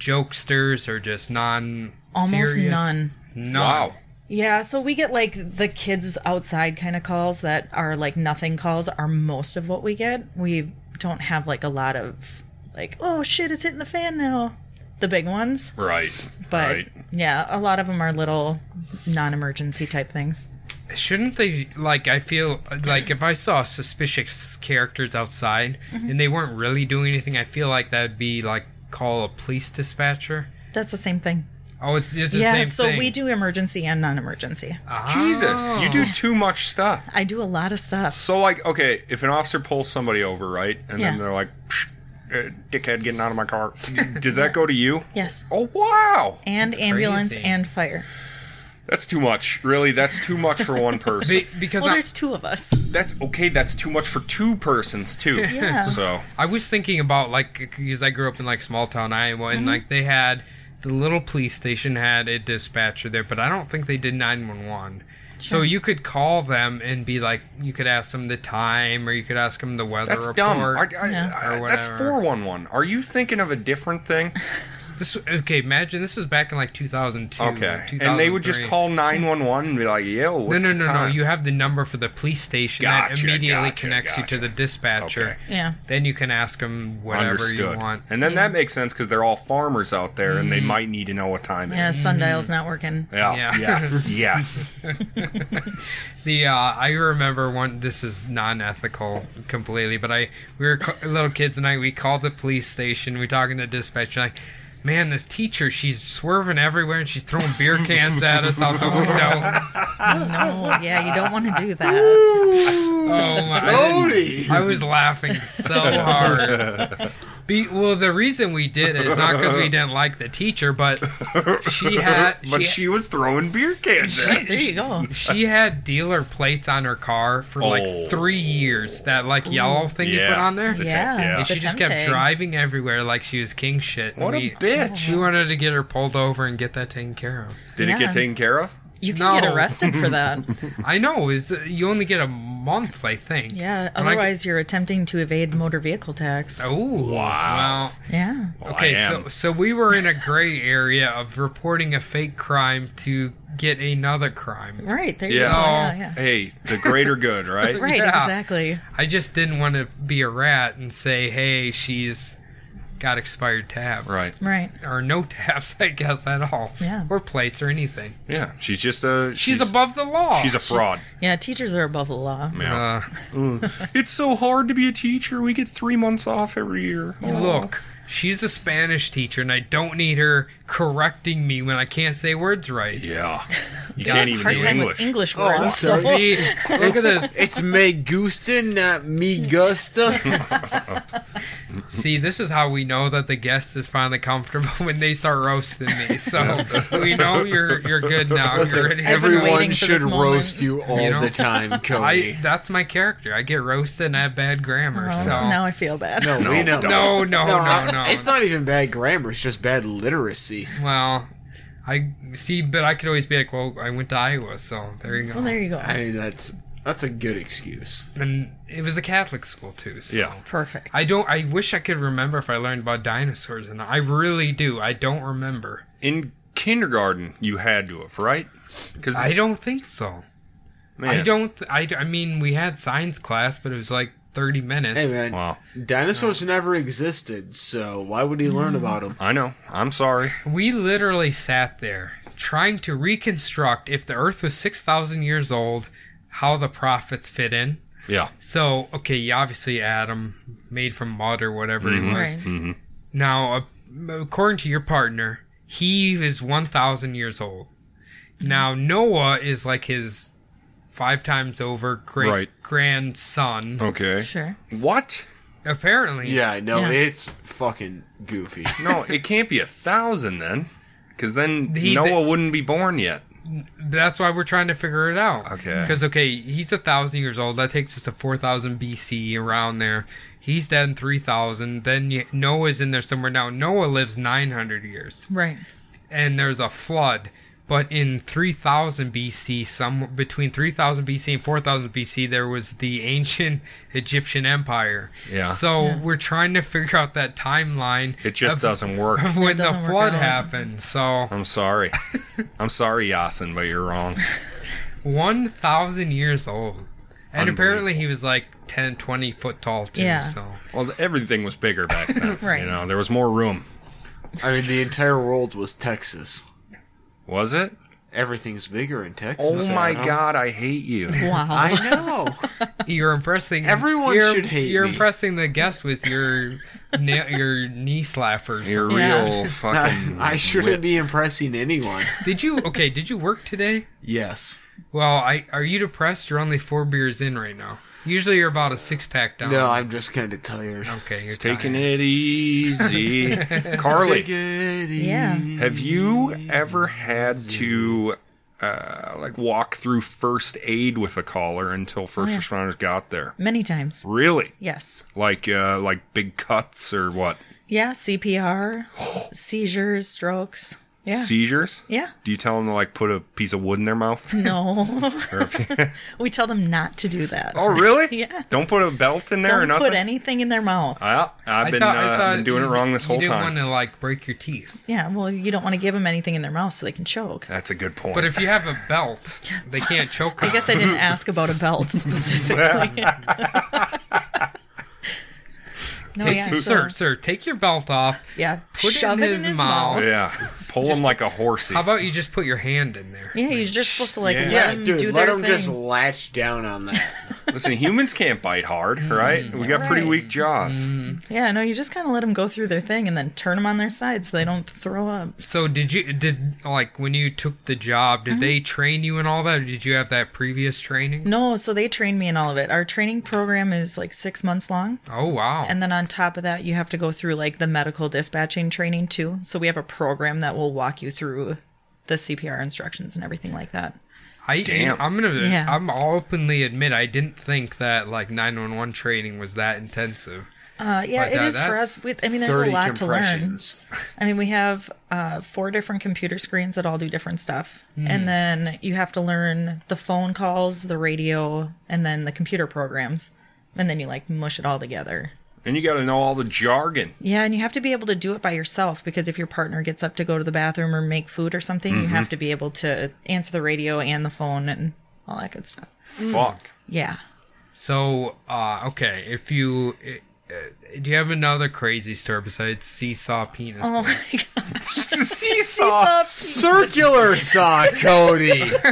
Speaker 4: jokesters or just non
Speaker 3: Almost none.
Speaker 4: None.
Speaker 1: wow.
Speaker 3: Yeah, so we get like the kids outside kind of calls that are like nothing calls are most of what we get. We don't have like a lot of like, oh shit, it's hitting the fan now. The big ones.
Speaker 1: Right.
Speaker 3: But
Speaker 1: right.
Speaker 3: yeah, a lot of them are little non emergency type things.
Speaker 4: Shouldn't they, like, I feel like if I saw suspicious characters outside
Speaker 3: Mm-hmm.
Speaker 4: and they weren't really doing anything, I feel like that would be like call a police dispatcher.
Speaker 3: That's the same thing.
Speaker 4: Oh, it's, it's the
Speaker 3: yeah,
Speaker 4: same
Speaker 3: so
Speaker 4: thing. Ah.
Speaker 3: we do emergency and non emergency.
Speaker 1: Jesus,
Speaker 3: Oh.
Speaker 1: you do too much stuff.
Speaker 3: I do a lot of stuff.
Speaker 1: So, like, okay, if an officer pulls somebody over, right, and
Speaker 3: Yeah.
Speaker 1: then they're like, "Psh, uh, "Dickhead, getting out of my car," does that go to you?
Speaker 3: Yes.
Speaker 1: Oh wow,
Speaker 3: And ambulance
Speaker 4: crazy.
Speaker 3: and fire.
Speaker 1: that's too much. Really, that's too much for one person.
Speaker 4: Be- because
Speaker 3: Well,
Speaker 4: I,
Speaker 3: there's two of us.
Speaker 1: that's okay. That's too much for two persons too.
Speaker 3: Yeah.
Speaker 1: So
Speaker 4: I was thinking about like because I grew up in like small town Iowa, and like they had the little police station had a dispatcher there, but I don't think they did nine one one. So you could call them and be like, you could ask them the time, or you could ask them the weather
Speaker 1: that's
Speaker 4: report.
Speaker 1: dumb. Are- I-
Speaker 3: Yeah.
Speaker 1: I-
Speaker 4: Or
Speaker 1: that's
Speaker 4: whatever.
Speaker 1: four one one. Are you thinking of a different thing?
Speaker 4: This okay? Imagine this was back in like two thousand two.
Speaker 1: Okay, and they would just call nine one one and be like, "Yo,
Speaker 4: No,
Speaker 1: what's
Speaker 4: no,
Speaker 1: the
Speaker 4: no, no.
Speaker 1: time?"
Speaker 4: You have the number for the police station that
Speaker 1: Gotcha,
Speaker 4: immediately
Speaker 1: gotcha,
Speaker 4: connects you to
Speaker 1: gotcha.
Speaker 4: the dispatcher.
Speaker 1: Okay.
Speaker 3: Yeah.
Speaker 4: Then you can ask them whatever
Speaker 1: Understood.
Speaker 4: you want.
Speaker 1: And then that makes sense because they're all farmers out there, and
Speaker 3: Mm-hmm.
Speaker 1: they might need to know what time it is.
Speaker 3: Yeah, sundial's not working.
Speaker 1: Yeah.
Speaker 4: Mm. Yeah.
Speaker 1: Yes. Yes.
Speaker 4: The uh, I remember one. This is non-ethical completely, but I we were ca- little kids and I we called the police station. We talking to dispatcher like, man, this teacher she's swerving everywhere and she's throwing beer cans at us out the window.
Speaker 3: Oh, no. Yeah, you don't want to do that.
Speaker 4: Oh my! I didn't-
Speaker 2: Cody.
Speaker 4: I was laughing so hard. Be, well, the reason we did it is not because we didn't like the teacher, but she had
Speaker 1: but she was throwing beer cans. At.
Speaker 3: There you go.
Speaker 4: She had dealer plates on her car for
Speaker 1: Oh.
Speaker 4: like three years. That like yellow thing you put
Speaker 1: Yeah.
Speaker 4: on there.
Speaker 1: The tank,
Speaker 3: yeah,
Speaker 1: yeah.
Speaker 3: the
Speaker 4: And she just
Speaker 3: temp
Speaker 4: kept
Speaker 3: tag.
Speaker 4: driving everywhere like she was king shit. and
Speaker 1: What a
Speaker 4: we-
Speaker 1: bitch!
Speaker 4: We wanted to get her pulled over and get that taken care of.
Speaker 1: Did it
Speaker 3: Yeah.
Speaker 1: get taken care of?
Speaker 3: You can get
Speaker 4: No.
Speaker 3: arrested for that.
Speaker 4: I know. It's you only get a month, I think.
Speaker 3: Yeah.
Speaker 4: When I get-
Speaker 3: Otherwise, you're attempting to evade motor vehicle tax.
Speaker 4: Oh
Speaker 1: Wow.
Speaker 3: Yeah.
Speaker 1: Well,
Speaker 4: Okay,
Speaker 1: I am.
Speaker 4: so so we were in a gray area of reporting a fake crime to get another crime.
Speaker 3: Right. There
Speaker 1: Yeah.
Speaker 3: you go. Yeah. yeah.
Speaker 1: hey, the greater good, right?
Speaker 3: Right.
Speaker 4: Yeah.
Speaker 3: Exactly.
Speaker 4: I just didn't want to be a rat and say, "Hey, she's got expired tabs."
Speaker 1: Right.
Speaker 3: Right.
Speaker 4: or no tabs, I guess, at all.
Speaker 3: Yeah.
Speaker 4: Or plates or anything.
Speaker 1: Yeah. She's just a.
Speaker 4: She's, above the law.
Speaker 1: She's a fraud.
Speaker 3: Yeah. Teachers are above the law.
Speaker 1: Yeah.
Speaker 4: Uh,
Speaker 1: it's so hard to be a teacher. We get three months off every year.
Speaker 4: look, she's a Spanish teacher, and I don't need her correcting me when I can't say words right.
Speaker 1: Yeah. You
Speaker 4: Yeah.
Speaker 1: can't even
Speaker 3: Hard
Speaker 1: do
Speaker 3: time
Speaker 1: English.
Speaker 3: with English
Speaker 2: Oh, I'm
Speaker 3: words.
Speaker 2: sorry.
Speaker 4: See, look at this.
Speaker 2: It's Megusta, not me Gusta.
Speaker 4: See, this is how we know that the guest is finally comfortable when they start roasting me. So we know you're you're good now. you're ready. to-
Speaker 3: every- waiting
Speaker 2: Everyone
Speaker 3: for
Speaker 2: should
Speaker 3: this moment.
Speaker 2: roast you all
Speaker 4: You know?
Speaker 2: the time,
Speaker 4: I
Speaker 2: Cody.
Speaker 4: that's my character. I get roasted and I have bad grammar.
Speaker 3: Oh,
Speaker 4: so
Speaker 3: now I feel bad.
Speaker 2: no, we know.
Speaker 4: no, no, no,
Speaker 2: I-
Speaker 4: no, no.
Speaker 2: It's not even bad grammar. It's just bad literacy.
Speaker 4: Well, I see, but I could always be like, well, I went to Iowa, so there you go.
Speaker 3: Well, there you go.
Speaker 2: I mean, that's that's a good excuse.
Speaker 4: and it was a Catholic school too. So.
Speaker 1: Yeah.
Speaker 3: Perfect.
Speaker 4: I don't. I wish I could remember if I learned about dinosaurs, and I really do. I don't remember.
Speaker 1: In kindergarten, you had to have, right? Because
Speaker 4: I don't think so. I don't. I, I. mean, we had science class, but it was like thirty minutes.
Speaker 2: Hey man,
Speaker 1: Wow.
Speaker 2: dinosaurs never existed, so why would he learn about them?
Speaker 1: I know. I'm sorry.
Speaker 4: We literally sat there trying to reconstruct if the Earth was six thousand years old, how the prophets fit in.
Speaker 1: Yeah.
Speaker 4: So, okay, yeah, obviously Adam made from mud or whatever
Speaker 2: Mm-hmm.
Speaker 4: he was.
Speaker 3: right.
Speaker 1: Mm-hmm.
Speaker 4: Now, uh, according to your partner, he is 1,000 years old.
Speaker 1: Mm-hmm.
Speaker 4: Now, Noah is like his five times over great
Speaker 1: Right.
Speaker 4: grandson.
Speaker 1: Okay.
Speaker 3: Sure.
Speaker 1: What?
Speaker 4: Apparently.
Speaker 2: Yeah, no,
Speaker 3: Yeah.
Speaker 2: it's fucking goofy.
Speaker 1: No, it can't be a thousand then, because then
Speaker 4: He-
Speaker 1: Noah wouldn't be born yet.
Speaker 4: That's why we're trying to figure it out.
Speaker 1: Okay.
Speaker 4: Because okay, he's a thousand years old. That takes us to four thousand BC around there. He's dead in three thousand. Then you- Noah's in there somewhere now. Noah lives nine hundred years,
Speaker 3: Right.
Speaker 4: and there's a flood. But in three thousand BC, some between three thousand BC and four thousand BC, there was the ancient Egyptian Empire.
Speaker 1: Yeah.
Speaker 4: So we're trying to figure out that timeline.
Speaker 1: It just
Speaker 4: of-
Speaker 1: doesn't work.
Speaker 4: of when
Speaker 3: It
Speaker 4: the
Speaker 3: doesn't work
Speaker 4: flood
Speaker 3: out.
Speaker 4: happened. So
Speaker 1: I'm sorry. I'm sorry, Yasin, but you're wrong.
Speaker 4: one thousand years old and apparently he was like 10 20 foot tall too
Speaker 3: Yeah.
Speaker 4: so
Speaker 1: Well, th- everything was bigger back then.
Speaker 3: Right.
Speaker 1: You know, there was more room.
Speaker 2: I mean, the entire world was Texas.
Speaker 1: Was it?
Speaker 2: Everything's bigger in Texas.
Speaker 1: Oh my
Speaker 3: um,
Speaker 2: Adam.
Speaker 1: god, I hate you.
Speaker 3: Wow.
Speaker 2: I know.
Speaker 4: you're impressing
Speaker 2: Everyone
Speaker 4: you're-
Speaker 2: should hate
Speaker 4: you're
Speaker 2: me.
Speaker 4: impressing the guest with your na- your knee slappers
Speaker 1: You're
Speaker 3: Yeah.
Speaker 1: real fucking.
Speaker 2: I shouldn't be impressing anyone.
Speaker 4: did you okay did you work today
Speaker 2: Yes.
Speaker 4: well i are you depressed you're only four beers in right now usually you're about a six-pack down
Speaker 2: No, I'm just kind of tired.
Speaker 4: okay you're
Speaker 1: It's taking it
Speaker 4: tired.
Speaker 1: easy. Carly,
Speaker 2: Take it
Speaker 3: Yeah.
Speaker 2: easy.
Speaker 1: Have you ever had to uh, like walk through first aid with a caller until first responders got there?
Speaker 3: Many times.
Speaker 1: Really?
Speaker 3: Yes.
Speaker 1: Like uh, like big cuts or what?
Speaker 3: Yeah. CPR, seizures, strokes. Yeah.
Speaker 1: Seizures?
Speaker 3: yeah.
Speaker 1: Do you tell them to like put a piece of wood in their mouth?
Speaker 3: No. we tell them not to do that.
Speaker 1: oh, really?
Speaker 3: Yes.
Speaker 1: Don't put a belt in there or
Speaker 3: Don't
Speaker 1: nothing.
Speaker 3: put anything in their mouth.
Speaker 1: Well, I've been, uh, been doing it wrong this
Speaker 4: you
Speaker 1: whole
Speaker 4: didn't
Speaker 1: time.
Speaker 4: want to like break your teeth
Speaker 3: Yeah. Well, you don't want to give them anything in their mouth so they can choke.
Speaker 1: That's a good point.
Speaker 4: but if you have a belt they can't choke
Speaker 3: I guess I didn't ask about a belt specifically. no,
Speaker 4: take
Speaker 3: yeah,
Speaker 4: your,
Speaker 3: so-
Speaker 4: sir sir take your belt off
Speaker 3: Yeah,
Speaker 4: Put it
Speaker 3: shove
Speaker 4: in his mouth.
Speaker 1: yeah, pull them like a horsey.
Speaker 4: How about you just put your hand in there?
Speaker 3: Yeah, you're just supposed to like
Speaker 1: Yeah.
Speaker 3: let
Speaker 2: Yeah,
Speaker 3: them
Speaker 2: dude,
Speaker 3: do
Speaker 2: let
Speaker 3: their
Speaker 2: them
Speaker 3: thing.
Speaker 2: just latch down on that.
Speaker 1: Listen, humans can't bite hard,
Speaker 2: Mm-hmm.
Speaker 1: right? We got pretty
Speaker 3: Right.
Speaker 1: weak jaws.
Speaker 3: Yeah, no, you just kind of let them go through their thing and then turn them on their side so they don't throw up.
Speaker 4: So did you did like when you took the job?
Speaker 3: Mm-hmm.
Speaker 4: Did they train you and all that, or did you have that previous training?
Speaker 3: No, so they train me in all of it. Our training program is like six months long.
Speaker 4: Oh wow!
Speaker 3: And then on top of that, you have to go through like the medical dispatching training too. So we have a program that will walk you through the CPR instructions and everything like that.
Speaker 4: I,
Speaker 1: Damn.
Speaker 4: I'm gonna
Speaker 3: Yeah.
Speaker 4: I'm I'll openly admit I didn't think that like 911 training was that intensive.
Speaker 3: Uh, yeah,
Speaker 4: My
Speaker 3: it
Speaker 4: God,
Speaker 3: is for
Speaker 4: that's
Speaker 3: us. We, I mean, there's a lot to learn. I mean, we have uh, four different computer screens that all do different stuff.
Speaker 4: Hmm.
Speaker 3: And then you have to learn the phone calls, the radio, and then the computer programs. And then you like mush it all together.
Speaker 1: And you got to know all the jargon.
Speaker 3: Yeah, and you have to be able to do it by yourself because if your partner gets up to go to the bathroom or make food or something, you
Speaker 4: Mm-hmm.
Speaker 3: have to be able to answer the radio and the phone and all that good stuff.
Speaker 2: Mm.
Speaker 1: Fuck.
Speaker 3: Yeah.
Speaker 4: So uh, okay, if you uh, do you have another crazy story besides seesaw penis?
Speaker 3: Oh my god.
Speaker 1: Seesaw.
Speaker 2: Circular saw, Cody.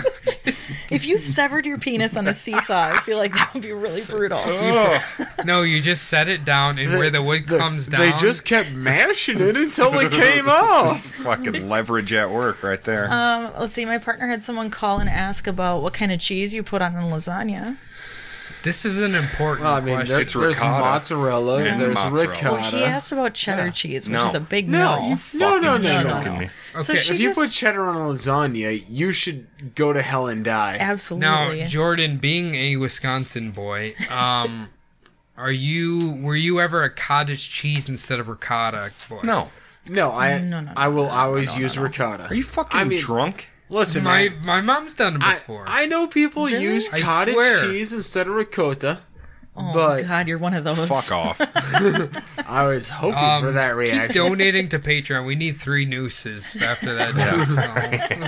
Speaker 3: If you severed your penis on a seesaw, I feel like that would be really brutal.
Speaker 1: Ugh.
Speaker 4: No, you just set it down, and where the wood comes down,
Speaker 2: They just kept mashing it until it came off.
Speaker 1: fucking leverage at work right there.
Speaker 2: Uh,
Speaker 3: Um, let's see. My partner had someone call and ask about what kind of cheese you put on a lasagna.
Speaker 4: this is an important
Speaker 2: Well, I mean,
Speaker 4: question.
Speaker 2: there,
Speaker 1: It's
Speaker 2: there's
Speaker 1: ricotta.
Speaker 2: mozzarella,
Speaker 1: And
Speaker 2: there's
Speaker 1: mozzarella.
Speaker 2: ricotta.
Speaker 3: Well, he asked about cheddar
Speaker 2: Yeah.
Speaker 3: cheese, which
Speaker 1: No.
Speaker 3: is a big
Speaker 2: No,
Speaker 3: no.
Speaker 2: you No, no,
Speaker 1: Fucking
Speaker 2: no, no.
Speaker 1: joking me.
Speaker 3: So
Speaker 4: Okay.
Speaker 3: she
Speaker 2: if you
Speaker 3: just
Speaker 2: put cheddar on a lasagna, you should go to hell and die.
Speaker 3: absolutely.
Speaker 4: Now, Jordan, being a Wisconsin boy, um, are you were you ever a cottage cheese instead of ricotta boy?
Speaker 1: No.
Speaker 2: No, I
Speaker 3: No, no,
Speaker 2: I will always use ricotta.
Speaker 1: Are you fucking
Speaker 2: I mean,
Speaker 1: drunk?
Speaker 2: Listen,
Speaker 4: my
Speaker 2: man,
Speaker 4: my mom's done it
Speaker 2: I,
Speaker 4: before.
Speaker 2: I know people use
Speaker 4: I
Speaker 2: cottage
Speaker 4: swear.
Speaker 2: cheese instead of ricotta,
Speaker 3: oh
Speaker 2: but
Speaker 3: God, you're one of those.
Speaker 1: Fuck off.
Speaker 2: I was hoping
Speaker 4: Um,
Speaker 2: for that
Speaker 4: Keep
Speaker 2: reaction.
Speaker 4: donating to Patreon. We need three nooses after that. joke, so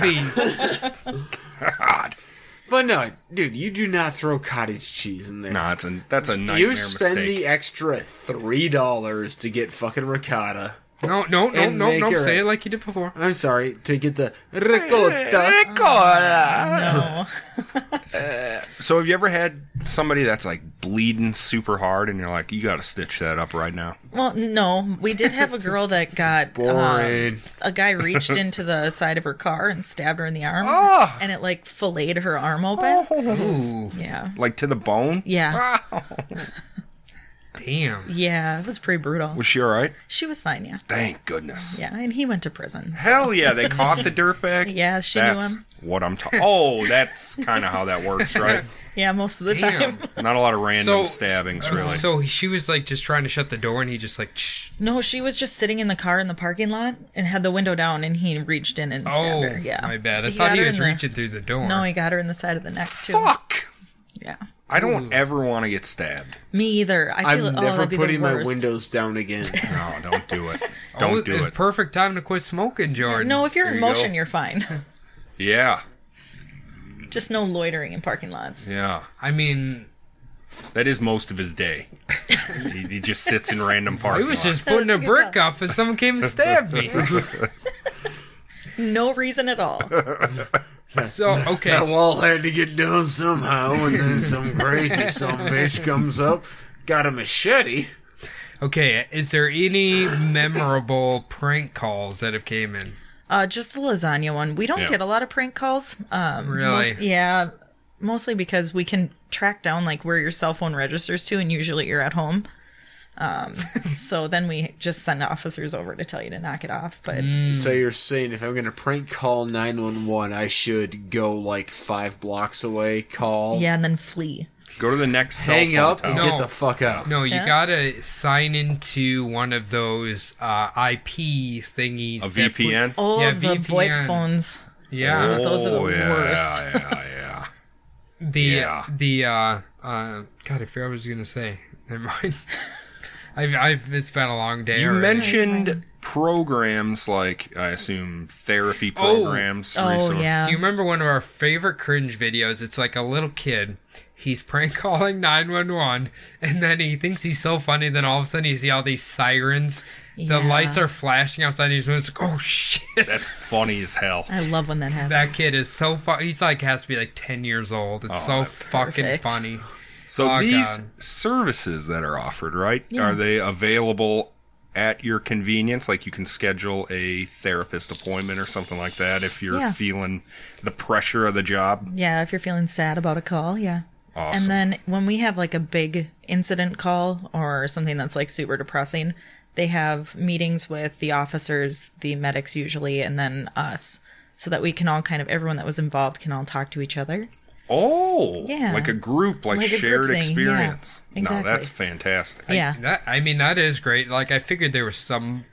Speaker 4: please.
Speaker 1: God.
Speaker 2: But no, dude, you do not throw cottage cheese in there.
Speaker 1: Nah, it's a, that's a nightmare
Speaker 2: you spend
Speaker 1: mistake.
Speaker 2: the extra three dollars to get fucking ricotta.
Speaker 4: No, no, no,
Speaker 2: And
Speaker 4: no,
Speaker 2: make
Speaker 4: no.
Speaker 2: her-
Speaker 4: Say it like you did before.
Speaker 2: I'm sorry to get the
Speaker 1: Eh,
Speaker 2: ricotta.
Speaker 3: No.
Speaker 1: So have you ever had somebody that's like bleeding super hard and you're like, you got to stitch that up right now?
Speaker 3: Well, no. We did have a girl that got
Speaker 2: Boring.
Speaker 3: um, a guy reached into the side of her car and stabbed her in the arm,
Speaker 2: Oh.
Speaker 1: Ah!
Speaker 3: and it like filleted her arm open.
Speaker 4: Ooh,
Speaker 3: Yeah.
Speaker 2: Ah.
Speaker 1: Like to the bone?
Speaker 3: Yeah.
Speaker 4: Damn.
Speaker 3: Yeah, it was pretty brutal.
Speaker 1: Was she all right?
Speaker 3: She was fine, yeah.
Speaker 1: Thank goodness.
Speaker 3: Yeah, and he went to prison.
Speaker 1: Hell yeah, they caught the dirtbag.
Speaker 3: Yeah, she knew
Speaker 1: that's
Speaker 3: him.
Speaker 1: What I'm talking. Oh, that's kind of how that works, right?
Speaker 3: Yeah, most of the
Speaker 4: Damn.
Speaker 3: time.
Speaker 1: Not a lot of random
Speaker 4: So
Speaker 1: stabbings,
Speaker 4: uh,
Speaker 1: really.
Speaker 4: So she was like just trying to shut the door, and he just like, "Shh."
Speaker 3: No, she was just sitting in the car in the parking lot and had the window down, and he reached in and
Speaker 4: oh,
Speaker 3: stabbed her. Yeah,
Speaker 4: my bad. I
Speaker 3: got
Speaker 4: thought he
Speaker 3: her
Speaker 4: was
Speaker 3: in the-
Speaker 4: reaching through the door.
Speaker 3: No, he got her in the side of the neck too.
Speaker 1: Fuck!
Speaker 3: Yeah,
Speaker 1: I don't ever want to get stabbed.
Speaker 3: me either. I
Speaker 2: I'm
Speaker 3: feel oh,
Speaker 2: never
Speaker 3: that'd be the
Speaker 2: putting my
Speaker 3: worst.
Speaker 2: windows down again.
Speaker 1: No, don't do it.
Speaker 4: Oh,
Speaker 1: Don't do
Speaker 4: it's
Speaker 1: it.
Speaker 4: Perfect time to quit smoking, Jordan.
Speaker 3: No, if you're
Speaker 1: There
Speaker 3: in
Speaker 1: you go.
Speaker 3: motion, you're fine.
Speaker 1: Yeah,
Speaker 3: just no loitering in parking lots.
Speaker 1: yeah.
Speaker 4: I mean,
Speaker 1: That is most of his day. he, he just sits in random
Speaker 4: I
Speaker 1: parking
Speaker 4: was
Speaker 1: lots.
Speaker 4: just
Speaker 3: That's
Speaker 4: putting a
Speaker 3: a good
Speaker 4: brick
Speaker 3: thought.
Speaker 4: up, and someone came and stabbed me.
Speaker 3: No reason at all.
Speaker 4: so okay,
Speaker 2: that wall had to get down somehow, and then some crazy some bitch comes up, got a machete.
Speaker 4: okay. Is there any memorable prank calls that have came in?
Speaker 3: Uh, just the lasagna one. We don't
Speaker 1: Yeah.
Speaker 3: get a lot of prank calls. Um,
Speaker 4: Really?
Speaker 3: most- yeah, mostly because we can track down like where your cell phone registers to, and usually you're at home. Um, so then we just send officers over to tell you to knock it off. But
Speaker 4: Mm.
Speaker 2: So you're saying if I'm gonna prank call 911, I should go like five blocks away, call,
Speaker 3: yeah, and then flee.
Speaker 1: Go to the next cell
Speaker 2: hang
Speaker 1: phone
Speaker 2: up,
Speaker 1: tower.
Speaker 2: and
Speaker 4: No.
Speaker 2: get the fuck out.
Speaker 4: No, you
Speaker 3: Yeah.
Speaker 4: gotta sign into one of those uh, IP thingies.
Speaker 1: a
Speaker 4: that put-
Speaker 1: VPN.
Speaker 3: Oh,
Speaker 4: Yeah,
Speaker 3: the
Speaker 4: VPN.
Speaker 3: VoIP phones.
Speaker 4: yeah,
Speaker 3: those are the
Speaker 1: Oh, yeah,
Speaker 3: worst.
Speaker 1: Yeah, yeah.
Speaker 4: the
Speaker 1: yeah.
Speaker 4: the uh, uh, God, I forgot what I was gonna say. Never mind. I've, I've it's been a long day.
Speaker 1: You
Speaker 4: already.
Speaker 1: mentioned programs like I assume therapy
Speaker 4: Oh.
Speaker 1: programs.
Speaker 3: Oh
Speaker 1: resource-
Speaker 3: yeah.
Speaker 4: Do you remember one of our favorite cringe videos? It's like a little kid. He's prank calling 911, and then he thinks he's so funny. Then all of a sudden, you see all these sirens.
Speaker 3: Yeah.
Speaker 4: The lights are flashing outside. And he's just like, oh shit.
Speaker 1: That's funny as hell.
Speaker 3: I love when that happens.
Speaker 4: that kid is so funny. He's like, has to be like 10 years old.
Speaker 1: Oh,
Speaker 4: It's so fucking
Speaker 3: perfect.
Speaker 4: funny.
Speaker 1: So
Speaker 3: Ah,
Speaker 4: Oh,
Speaker 1: these
Speaker 4: God.
Speaker 1: services that are offered, right? Are they available at your convenience? Like you can schedule a therapist appointment or something like that if you're
Speaker 3: Yeah.
Speaker 1: feeling the pressure of the job.
Speaker 3: Yeah, if you're feeling sad about a call, yeah.
Speaker 1: Awesome.
Speaker 3: And then when we have like a big incident call or something that's like super depressing, they have meetings with the officers, the medics usually, and then us, so that we can all kind of everyone that was involved can all talk to each other.
Speaker 1: Oh,
Speaker 3: Yeah.
Speaker 1: like a group, like,
Speaker 3: Like a group
Speaker 1: shared
Speaker 3: thing, yeah.
Speaker 1: experience. No,
Speaker 3: Exactly.
Speaker 1: that's fantastic.
Speaker 3: yeah.
Speaker 4: That I mean, that is great. Like, I figured there was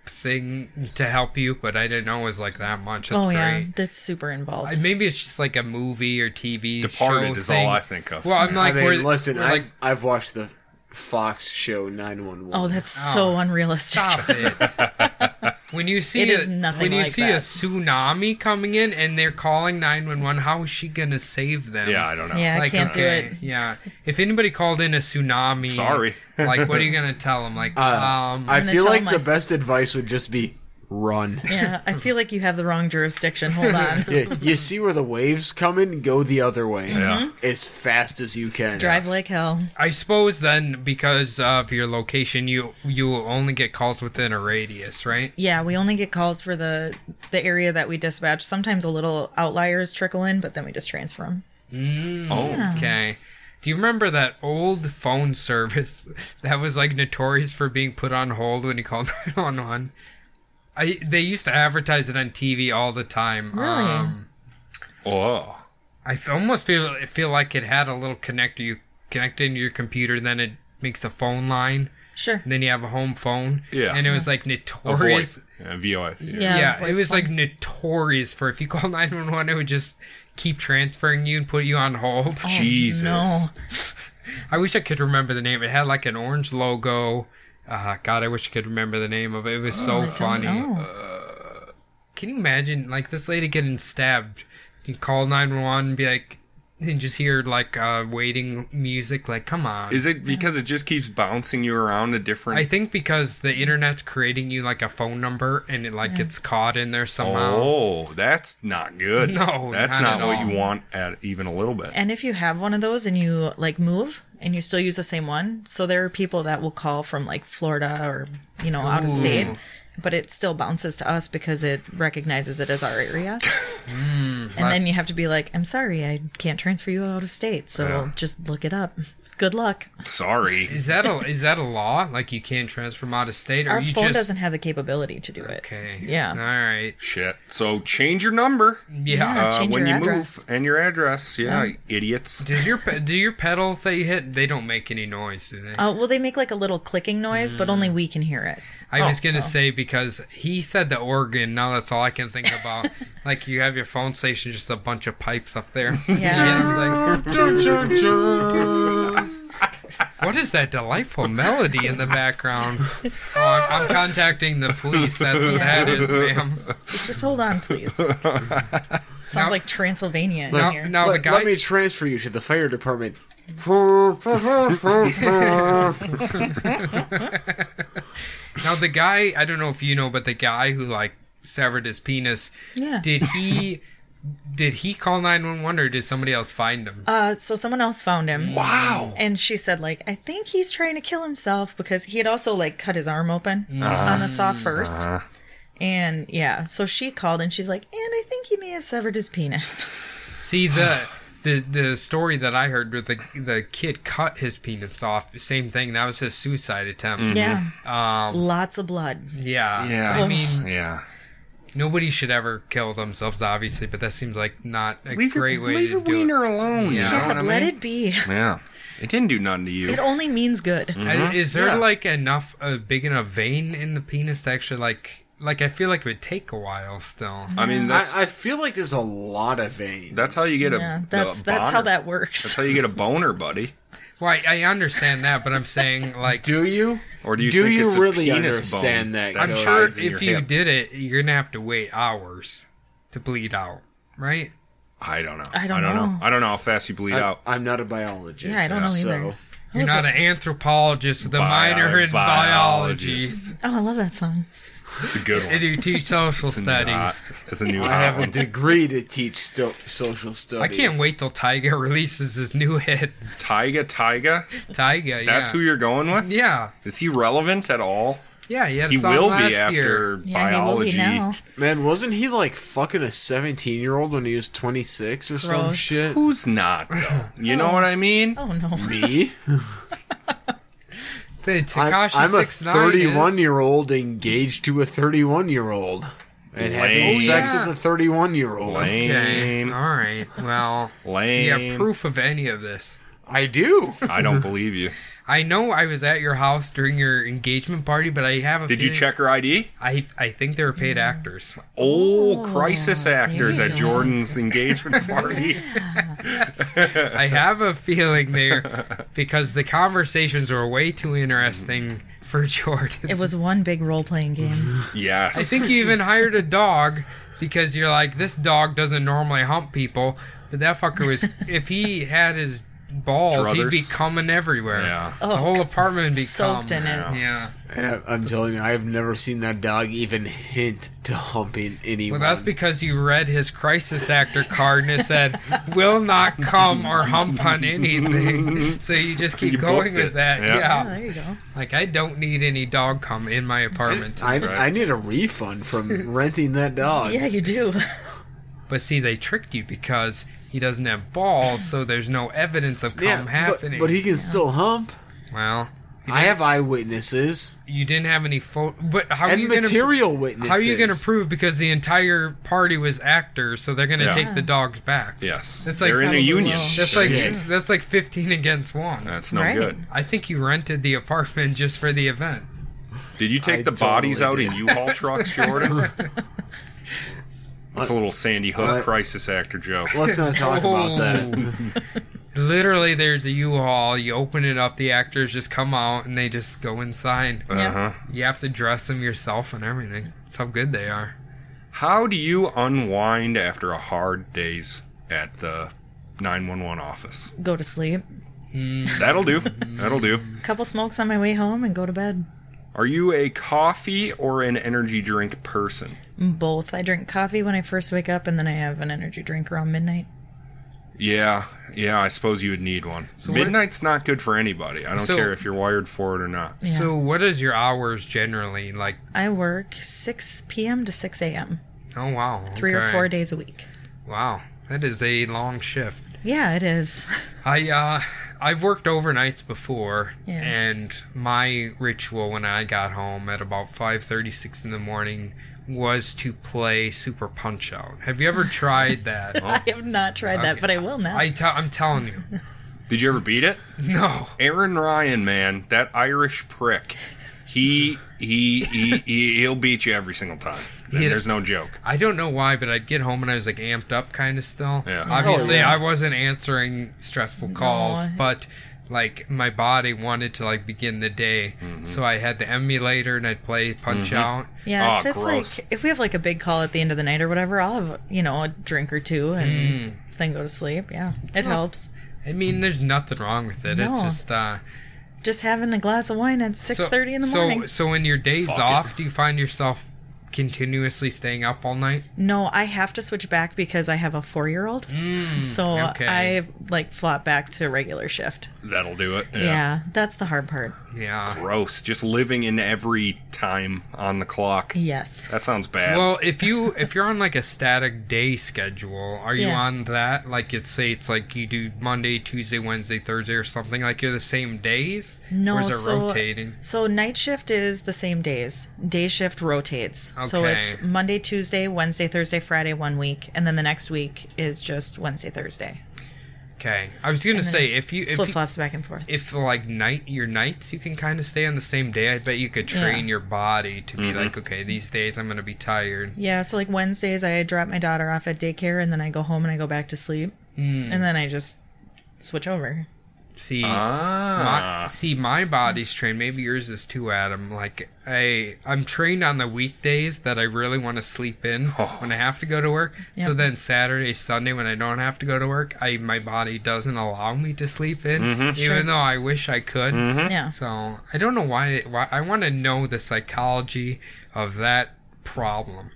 Speaker 4: something to help you, but I didn't know it was like that much. That's
Speaker 3: oh
Speaker 4: great.
Speaker 3: yeah, that's super involved.
Speaker 4: I- Maybe it's just like a movie or TV.
Speaker 1: Departed
Speaker 4: show
Speaker 1: is
Speaker 4: thing.
Speaker 1: all I think of.
Speaker 4: Well, I'm
Speaker 2: I
Speaker 4: like,
Speaker 2: mean,
Speaker 4: we're,
Speaker 2: listen,
Speaker 4: we're
Speaker 2: I've,
Speaker 4: like,
Speaker 2: I've watched the Fox show 911.
Speaker 3: oh, that's so unrealistic.
Speaker 4: stop it. when you see
Speaker 3: It
Speaker 4: a,
Speaker 3: is nothing
Speaker 4: when you
Speaker 3: like
Speaker 4: see a
Speaker 3: that.
Speaker 4: tsunami coming in and they're calling 911, how is she gonna save them?
Speaker 1: Yeah, I don't know.
Speaker 3: Yeah, I
Speaker 4: Like,
Speaker 3: can't
Speaker 4: okay,
Speaker 3: do it.
Speaker 4: Yeah, if anybody called in a tsunami,
Speaker 1: Sorry.
Speaker 4: like, what are you gonna tell them? Like,
Speaker 1: Mm.
Speaker 4: um,
Speaker 2: Uh, I
Speaker 3: then
Speaker 2: feel
Speaker 3: tell
Speaker 2: like
Speaker 3: my-
Speaker 2: the best advice would just be run.
Speaker 3: Yeah, I feel like you have the wrong jurisdiction. Hold on.
Speaker 2: you, you see where the waves coming? Go the other way.
Speaker 1: Yeah.
Speaker 2: As fast as you can.
Speaker 3: Mm-hmm. Drive like hell.
Speaker 4: I suppose then because of your location, you you will only get calls within a radius, right?
Speaker 3: Yeah, we only get calls for the the area that we dispatch. Sometimes a little outliers trickle in, but then we just transfer them.
Speaker 1: Oh,
Speaker 4: Okay. Do you remember that old phone service that was like notorious for being put on hold when you called 911? I they used to advertise it on TV all the time. Um,
Speaker 3: Really?
Speaker 1: oh.
Speaker 4: I f- almost feel I feel like it had a little connector you connect into your computer, then it makes a phone line,
Speaker 3: Sure.
Speaker 4: and then you have a home phone.
Speaker 1: Yeah.
Speaker 4: And it was like
Speaker 1: A VoIP.
Speaker 4: notorious.
Speaker 1: Yeah, VoIP. Yeah.
Speaker 3: Yeah,
Speaker 4: yeah,
Speaker 3: VoIP
Speaker 4: it was
Speaker 3: phone.
Speaker 4: like notorious for if you call 911, it would just keep transferring you and put you on hold.
Speaker 3: Oh.
Speaker 1: Jesus.
Speaker 3: No.
Speaker 4: I wish I could remember the name. It had like an orange logo. Uh, God, I wish I could remember the name of it. It was so funny.
Speaker 3: Oh,
Speaker 4: Can you imagine like this lady getting stabbed? You call nine one one and be like, and just hear like uh, waiting music. Like, come on.
Speaker 1: Is it because it just keeps bouncing you around to different?
Speaker 4: I think because the internet's creating you like a phone number and it like gets caught in there
Speaker 3: uh,
Speaker 4: somehow.
Speaker 1: oh, that's not good.
Speaker 4: No,
Speaker 1: that's
Speaker 4: not
Speaker 1: not,
Speaker 4: at
Speaker 1: what
Speaker 4: all.
Speaker 1: you want at even a little bit.
Speaker 3: And if you have one of those and you like move and you still use the same one, so there are people that will call from like Florida or you know out of state, but it still bounces to us because it recognizes it as our area. and then
Speaker 4: Mm,
Speaker 3: you
Speaker 4: that's-
Speaker 3: have to be like, "I'm sorry, I can't transfer you out of state, so just look it up." Good luck.
Speaker 1: Sorry.
Speaker 4: Is that a is that a law? Like you can't transfer them out of state, or
Speaker 3: Our
Speaker 4: you
Speaker 3: phone
Speaker 4: just
Speaker 3: doesn't have the capability to do it.
Speaker 4: okay?
Speaker 3: Yeah.
Speaker 4: All right.
Speaker 1: Shit. So change your number
Speaker 4: Yeah.
Speaker 3: Yeah.
Speaker 1: uh,
Speaker 3: Change
Speaker 1: when
Speaker 3: your
Speaker 1: you
Speaker 3: address.
Speaker 1: move and your address. Yeah, idiots.
Speaker 4: Does your pe- do your pedals that you hit? They don't make any noise, do they?
Speaker 3: Uh, well, they make like a little clicking noise, but only we can hear it.
Speaker 4: Mm. I was gonna
Speaker 3: Oh, so-
Speaker 4: say because he said the organ. Now that's all I can think about. like you have your phone station, just a bunch of pipes up there.
Speaker 3: Yeah.
Speaker 4: And I'm like,
Speaker 2: Dun, dun, dun.
Speaker 4: what is that delightful melody in the background? Oh, I'm, I'm contacting the police. That's what that is, ma'am.
Speaker 3: Just hold on, please. Sounds
Speaker 4: Now-
Speaker 3: like Transylvania in
Speaker 4: Now,
Speaker 3: here.
Speaker 4: now the
Speaker 2: let,
Speaker 4: guy.
Speaker 2: let me transfer you to the fire department. That's
Speaker 4: Now the guy, I don't know if you know, but the guy who like severed his penis,
Speaker 3: Yeah.
Speaker 4: did he did he call nine one one or did somebody else find him?
Speaker 3: Uh, so someone else found him.
Speaker 1: Wow.
Speaker 3: And she said, like, I think he's trying to kill himself because he had also like cut his arm open on the saw 1st And yeah, so she called and she's like, and I think he may have severed his penis.
Speaker 4: See the. The, the story that I heard with the the kid cut his penis off, same thing. That was his suicide
Speaker 1: Mm-hmm.
Speaker 4: attempt.
Speaker 3: Yeah.
Speaker 4: Um,
Speaker 3: Lots of blood.
Speaker 4: yeah,
Speaker 1: Yeah.
Speaker 4: I mean,
Speaker 1: Yeah.
Speaker 4: nobody should ever kill themselves, obviously, but that seems like not a
Speaker 1: Leave
Speaker 4: great
Speaker 1: your,
Speaker 4: way
Speaker 1: leave
Speaker 4: to
Speaker 1: your
Speaker 4: do Uh,
Speaker 1: wiener alone. You
Speaker 4: Yeah.
Speaker 1: know what I mean?
Speaker 3: Let it be.
Speaker 1: Yeah. It didn't do nothing to you.
Speaker 3: It only means good.
Speaker 1: Mm,
Speaker 4: it.
Speaker 1: Mm-hmm.
Speaker 4: I- Is there
Speaker 2: Yeah.
Speaker 4: like enough a big enough vein in the penis to actually like like I feel like it would take a while still.
Speaker 1: I mean, that's
Speaker 2: I, I feel like there's a lot of veins.
Speaker 1: that's how you get a.
Speaker 3: Yeah, that's
Speaker 1: a
Speaker 3: that's how
Speaker 1: boner.
Speaker 3: that
Speaker 1: That's
Speaker 3: works.
Speaker 1: how you get a boner, buddy.
Speaker 4: Well, I, I understand that, but I'm saying like
Speaker 2: Do you?
Speaker 1: Or do you
Speaker 2: do
Speaker 1: think
Speaker 2: you
Speaker 1: it's a
Speaker 2: really
Speaker 1: penis
Speaker 2: understand
Speaker 1: bone
Speaker 2: that?
Speaker 4: I'm
Speaker 2: Cody?
Speaker 4: sure
Speaker 1: hides in
Speaker 4: if
Speaker 1: your
Speaker 4: you
Speaker 1: hip?
Speaker 4: did it, you're gonna have to wait hours to bleed out, right?
Speaker 1: I don't know.
Speaker 3: I don't
Speaker 1: know.
Speaker 3: know.
Speaker 1: I don't know how fast you bleed
Speaker 2: I,
Speaker 1: out.
Speaker 2: I'm not a biologist.
Speaker 3: Yeah, I don't know
Speaker 2: so.
Speaker 3: either.
Speaker 4: You're
Speaker 3: was
Speaker 4: not
Speaker 3: a-
Speaker 4: an anthropologist with a
Speaker 1: Bio-
Speaker 4: minor in biology.
Speaker 1: biologist.
Speaker 3: Oh, I love that song.
Speaker 1: It's a good one.
Speaker 4: And you teach social
Speaker 1: It's a new hot-
Speaker 4: studies.
Speaker 1: It's a new
Speaker 2: I
Speaker 1: hot
Speaker 2: have a
Speaker 1: one.
Speaker 2: degree to teach sto- social studies.
Speaker 4: I can't wait till Tyga releases his new hit,
Speaker 1: Tyga Tyga.
Speaker 4: Tyga.
Speaker 1: That's
Speaker 4: yeah.
Speaker 1: who you're going with.
Speaker 4: Yeah,
Speaker 1: Is he relevant at all?
Speaker 4: yeah. He, had a
Speaker 1: He
Speaker 4: song
Speaker 1: will
Speaker 4: last
Speaker 1: be after
Speaker 4: Year.
Speaker 3: Yeah,
Speaker 1: biology.
Speaker 3: he will be now.
Speaker 2: Man, wasn't he like fucking a 17 year old when he was 26 or some
Speaker 3: Gross.
Speaker 2: shit?
Speaker 1: Who's not though? You know what I mean?
Speaker 3: Oh no.
Speaker 2: Me?
Speaker 4: The
Speaker 2: I'm,
Speaker 4: Takashi
Speaker 2: I'm a
Speaker 4: 69 is-
Speaker 2: 31 year old engaged to a 31 year old and having
Speaker 1: Lame.
Speaker 2: sex
Speaker 4: Oh, yeah.
Speaker 2: with a 31 year old.
Speaker 4: Okay.
Speaker 1: Lame.
Speaker 4: All right. Well, do you
Speaker 1: Lame.
Speaker 4: have proof of any of this?
Speaker 2: I do.
Speaker 1: I don't believe you.
Speaker 4: I know I was at your house during your engagement party, but I have a
Speaker 1: Did you
Speaker 4: feeling-
Speaker 1: check her ID?
Speaker 4: I I think they were paid actors.
Speaker 1: Oh, crisis actors
Speaker 3: you
Speaker 1: at
Speaker 3: go.
Speaker 1: Jordan's engagement party.
Speaker 4: I have a feeling there because the conversations were way too
Speaker 1: Mm.
Speaker 4: interesting for Jordan.
Speaker 3: It was one big role playing game.
Speaker 1: yes.
Speaker 4: I think you even hired a dog because you're like this dog doesn't normally hump people, but that fucker was if he had his balls,
Speaker 1: Druthers.
Speaker 4: he'd be coming everywhere.
Speaker 1: Yeah.
Speaker 4: the whole apartment would be
Speaker 3: Oh, Soaked
Speaker 4: cum.
Speaker 3: in it.
Speaker 4: Yeah.
Speaker 2: And I, I'm telling you, I have never seen that dog even hint to humping anyone.
Speaker 4: Well, that's because you read his crisis actor card and it said, will not come or hump on anything. So you just keep
Speaker 1: You
Speaker 4: going
Speaker 1: booked
Speaker 4: with
Speaker 1: it.
Speaker 4: that.
Speaker 1: Yeah.
Speaker 4: Yeah.
Speaker 3: Oh, there you go.
Speaker 4: Like, I don't need any dog cum in my apartment.
Speaker 2: I,
Speaker 1: right.
Speaker 2: I need a refund from renting that dog.
Speaker 3: Yeah, you do.
Speaker 4: But see, they tricked you because he doesn't have balls, so there's no evidence of cum
Speaker 2: Yeah, but,
Speaker 4: happening.
Speaker 2: but he can still hump.
Speaker 4: Well, you
Speaker 2: I have eyewitnesses
Speaker 4: you didn't have any photo. But how are
Speaker 2: and
Speaker 4: you going to.
Speaker 2: material witnesses.
Speaker 4: How are you going to prove? Because the entire party was actors, so they're going to
Speaker 1: Yeah.
Speaker 4: take the dogs back.
Speaker 1: yes.
Speaker 4: That's like
Speaker 1: They're in a
Speaker 4: probably
Speaker 1: union.
Speaker 3: wrong.
Speaker 4: That's like
Speaker 2: Shit.
Speaker 4: that's like fifteen against one.
Speaker 1: That's no
Speaker 3: Right.
Speaker 1: good.
Speaker 4: I think you rented the apartment just for the event.
Speaker 1: Did you take
Speaker 2: I
Speaker 1: the bodies
Speaker 2: totally
Speaker 1: out
Speaker 2: did.
Speaker 1: in U-Haul trucks, Jordan? That's a little Sandy Hook
Speaker 2: What?
Speaker 1: crisis actor joke.
Speaker 2: Let's not talk about that.
Speaker 4: Oh. Literally, there's a U-Haul. You open it up, the actors just come out and they just go inside.
Speaker 1: Uh-huh.
Speaker 4: You have to dress them yourself and everything. That's how good they are.
Speaker 1: How do you unwind after a hard day's at the 911 office?
Speaker 3: Go to sleep.
Speaker 1: That'll do. That'll do.
Speaker 3: Couple smokes on my way home and go to bed.
Speaker 1: Are you a coffee or an energy drink person?
Speaker 3: Both. I drink coffee when I first wake up, and then I have an energy drink around midnight.
Speaker 1: Yeah, yeah, I suppose you would need one.
Speaker 4: what-
Speaker 1: Midnight's not good for anybody. I don't
Speaker 4: So-
Speaker 1: care if you're wired for it or not.
Speaker 3: Yeah.
Speaker 4: So, what is your hours generally like?
Speaker 3: I work 6 p.m. to 6 a.m.
Speaker 4: Oh wow,
Speaker 3: three or
Speaker 4: okay.
Speaker 3: four days a week.
Speaker 4: Wow, that is a long shift.
Speaker 3: Yeah, it is.
Speaker 4: I uh, I've worked overnights before,
Speaker 3: Yeah.
Speaker 4: and my ritual when I got home at about five thirty six in the morning was to play Super Punch Out. Have you ever tried that?
Speaker 3: I have not tried that,
Speaker 4: Okay.
Speaker 3: but I will now.
Speaker 4: I t- I'm telling you,
Speaker 1: Did you ever beat it?
Speaker 4: no.
Speaker 1: Aaron Ryan, man, that Irish prick. He he he, he he'll beat you every single time. And
Speaker 4: Hit it.
Speaker 1: there's no joke.
Speaker 4: I don't know why, but I'd get home and I was like amped up kind of still.
Speaker 1: Yeah.
Speaker 4: Obviously,
Speaker 2: Oh, yeah.
Speaker 4: I wasn't answering stressful calls, but like my body wanted to like begin the day.
Speaker 1: Mm-hmm.
Speaker 4: So I had the emulator and I'd play Punch Out.
Speaker 3: yeah,
Speaker 1: Ah,
Speaker 3: if it's
Speaker 1: gross.
Speaker 3: like if we have like a big call at the end of the night or whatever, I'll have you know a drink or two and
Speaker 4: Mm.
Speaker 3: then go to sleep. Yeah, it helps.
Speaker 4: I mean, there's nothing wrong with it. It's
Speaker 3: No.
Speaker 4: just uh
Speaker 3: Just having a glass of wine at six
Speaker 4: so-
Speaker 3: thirty in the
Speaker 4: so,
Speaker 3: morning.
Speaker 4: So when your day's
Speaker 1: Fuck it.
Speaker 4: off, do you find yourself continuously staying up all night?
Speaker 3: No, I have to switch back because I have a four year old. so
Speaker 4: Mm, okay.
Speaker 3: I like flop back to regular shift.
Speaker 1: That'll do it.
Speaker 3: Yeah. that's the hard part.
Speaker 4: Yeah.
Speaker 1: Gross. Just living in every time on the clock.
Speaker 3: Yes.
Speaker 1: That sounds bad.
Speaker 4: Well, if you if you're on like a static day schedule, are you
Speaker 3: Yeah.
Speaker 4: on that? Like, it's say it's like you do Monday, Tuesday, Wednesday, Thursday, or something. Like you're the same days.
Speaker 3: No,
Speaker 4: or is it
Speaker 3: so-
Speaker 4: rotating?
Speaker 3: So night shift is the same days. Day shift rotates. So
Speaker 4: Okay.
Speaker 3: it's Monday, Tuesday, Wednesday, Thursday, Friday one week, and then the next week is just Wednesday, Thursday.
Speaker 4: Okay, I was gonna
Speaker 3: then
Speaker 4: say if you if
Speaker 3: Flip
Speaker 4: you,
Speaker 3: flops back and forth.
Speaker 4: if like night your nights you can kind of stay on the same day. I bet you could train your body to be like, okay, these days I'm gonna be tired.
Speaker 3: yeah, so like Wednesdays I drop my daughter off at daycare and then I go home and I go back to sleep.
Speaker 4: Hmm.
Speaker 3: And then I just switch over.
Speaker 4: See,
Speaker 1: ah.
Speaker 4: My, see, my body's trained. Maybe yours is too, Adam. Like I, I'm trained on the weekdays that I really want to sleep in when I have to go to work. So
Speaker 3: Yep.
Speaker 4: then Saturday, Sunday, when I don't have to go to work, I my body doesn't allow me to sleep in, even
Speaker 3: Sure.
Speaker 4: though I wish I could.
Speaker 3: Yeah.
Speaker 4: So I don't know why. Why I want to know the psychology of that problem.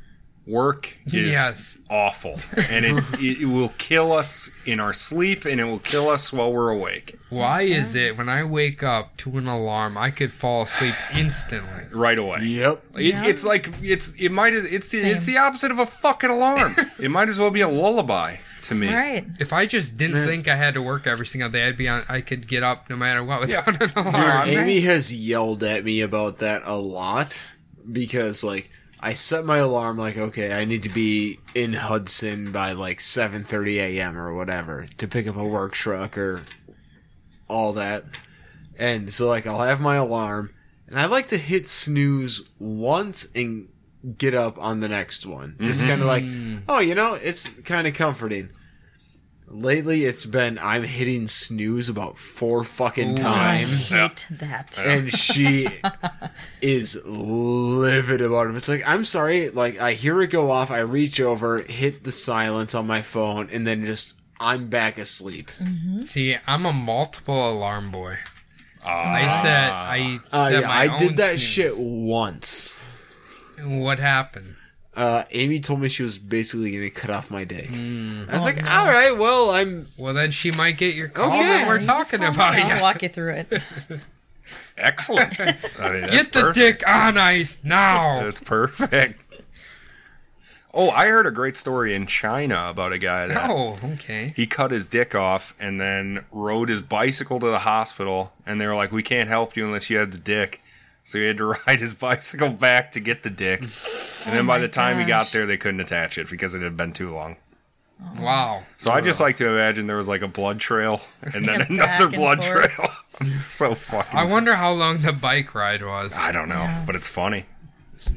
Speaker 1: Work is
Speaker 4: Yes.
Speaker 1: awful, and it, it will kill us in our sleep, and it will kill us while we're awake.
Speaker 4: Why is it when I wake up to an alarm, I could fall asleep instantly?
Speaker 1: Right away.
Speaker 2: Yep.
Speaker 1: It, It's like it's it might it's the, it's
Speaker 3: Same.
Speaker 1: the opposite of a fucking alarm. it might as well be a lullaby to me.
Speaker 3: All right.
Speaker 4: If I just didn't think I had to work every single day, I'd be on. I could get up no matter what without an alarm.
Speaker 2: Amy has yelled at me about that a lot because like I set my alarm like okay I need to be in Hudson by like 7:30 a.m. or whatever to pick up a work truck or all that. And so like I'll have my alarm and I like to hit snooze once and get up on the next one. It's kind of like oh you know it's kind of comforting. Lately it's been I'm hitting snooze about four fucking
Speaker 3: I
Speaker 2: times
Speaker 3: hate that.
Speaker 2: and she is livid about it. It's like, I'm sorry, like I hear it go off, I reach over, hit the silence on my phone, and then just I'm back asleep.
Speaker 4: See, I'm a multiple alarm boy. I
Speaker 1: Ah.
Speaker 4: set. I
Speaker 2: Uh,
Speaker 4: set
Speaker 2: yeah,
Speaker 4: my
Speaker 2: I did
Speaker 4: own
Speaker 2: that
Speaker 4: snooze.
Speaker 2: shit once.
Speaker 4: What happened?
Speaker 2: Uh, Amy told me she was basically gonna cut off my dick.
Speaker 4: Hmm.
Speaker 2: I
Speaker 4: Oh,
Speaker 2: was like, all right, well, I'm
Speaker 4: Well, then she might get your call.
Speaker 2: Okay.
Speaker 4: that we're
Speaker 3: You just
Speaker 4: talking
Speaker 3: call me
Speaker 4: about
Speaker 3: and I'll
Speaker 4: yeah.
Speaker 3: walk you through it.
Speaker 1: Excellent. I mean, that's
Speaker 4: Get the
Speaker 1: perfect.
Speaker 4: dick on ice now.
Speaker 1: That's perfect. Oh, I heard a great story in China about a guy that
Speaker 4: oh, okay.
Speaker 1: he cut his dick off and then rode his bicycle to the hospital, and they were like, "We can't help you unless you have the dick." So he had to ride his bicycle back to get the dick, and then by the time he got
Speaker 3: Oh gosh.
Speaker 1: there, they couldn't attach it because it had been too long.
Speaker 4: Wow.
Speaker 1: So I just like to imagine there was like a blood trail and then
Speaker 3: Yeah,
Speaker 1: another
Speaker 3: back and
Speaker 1: blood
Speaker 3: forth.
Speaker 1: trail. I'm so fucking.
Speaker 4: I
Speaker 1: I,
Speaker 4: wonder how long the bike ride was.
Speaker 1: don't know, but it's funny.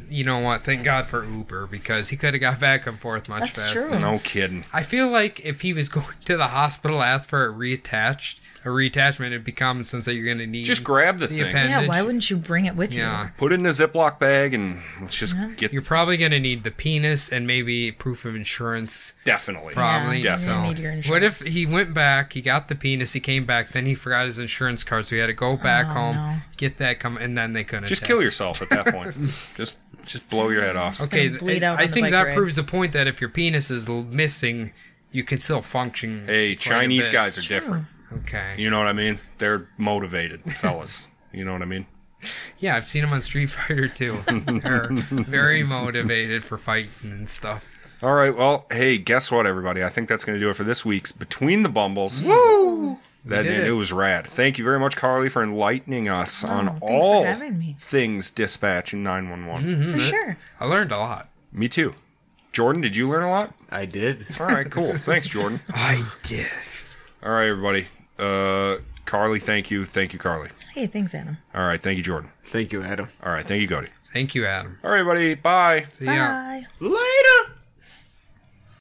Speaker 4: You know what? Thank God for Uber because he could have got back and forth much
Speaker 3: That's
Speaker 4: faster.
Speaker 3: true.
Speaker 1: No kidding.
Speaker 4: I feel like if he was going to the hospital, ask for a reattached, a reattachment, it'd be common sense that you're going to need.
Speaker 1: Just grab the
Speaker 4: The
Speaker 1: thing,
Speaker 4: append-
Speaker 3: Yeah, why
Speaker 4: Bandage.
Speaker 3: wouldn't you bring it with
Speaker 4: Yeah.
Speaker 1: put it in a Ziploc bag, and let's just get
Speaker 4: You're probably going to need the penis and maybe proof of insurance.
Speaker 1: definitely.
Speaker 4: Probably.
Speaker 1: Yeah.
Speaker 4: So,
Speaker 3: You need your
Speaker 4: what if
Speaker 3: insurance.
Speaker 4: he went back? He got the penis. He came back. Then he forgot his insurance card, so he had to go back
Speaker 3: Oh,
Speaker 4: home,
Speaker 3: no.
Speaker 4: get that come, and then they couldn't.
Speaker 1: Just
Speaker 4: attach
Speaker 1: kill
Speaker 4: it.
Speaker 1: yourself at that point. just just blow your head off.
Speaker 4: Okay,
Speaker 3: gonna bleed
Speaker 4: I-
Speaker 3: out
Speaker 4: I
Speaker 3: on the
Speaker 4: think
Speaker 3: bike
Speaker 4: that
Speaker 3: ride.
Speaker 4: proves the point that if your penis is l- missing, you can still function.
Speaker 1: Hey,
Speaker 4: quite a
Speaker 1: Chinese
Speaker 4: bit.
Speaker 1: guys are different.
Speaker 4: Okay.
Speaker 1: You know what I mean? They're motivated fellas. You know what I mean?
Speaker 4: Yeah, I've seen them on Street Fighter too. They're very motivated for fighting and stuff.
Speaker 1: All right. Well, hey, guess what, everybody? I think that's going to do it for this week's Between the Bumbles. That
Speaker 4: did
Speaker 1: and
Speaker 4: it.
Speaker 1: it. was rad. Thank you very much, Carly, for enlightening us on
Speaker 3: thanks for
Speaker 1: all
Speaker 3: having me.
Speaker 1: things dispatch and 911.
Speaker 4: Mm-hmm.
Speaker 3: For sure.
Speaker 4: I learned a lot.
Speaker 1: Me too. Jordan, did you learn a lot?
Speaker 2: I did.
Speaker 1: All right, cool. Thanks, Jordan.
Speaker 4: I did.
Speaker 1: All right, everybody. Uh, Carly, thank you. Thank you, Carly.
Speaker 3: Hey, thanks, Adam.
Speaker 1: All right, thank you, Jordan.
Speaker 2: Thank you, Adam.
Speaker 1: All right, thank you, Cody.
Speaker 4: Thank you, Adam.
Speaker 1: All right, everybody. Bye.
Speaker 4: See ya.
Speaker 3: Bye.
Speaker 2: Later.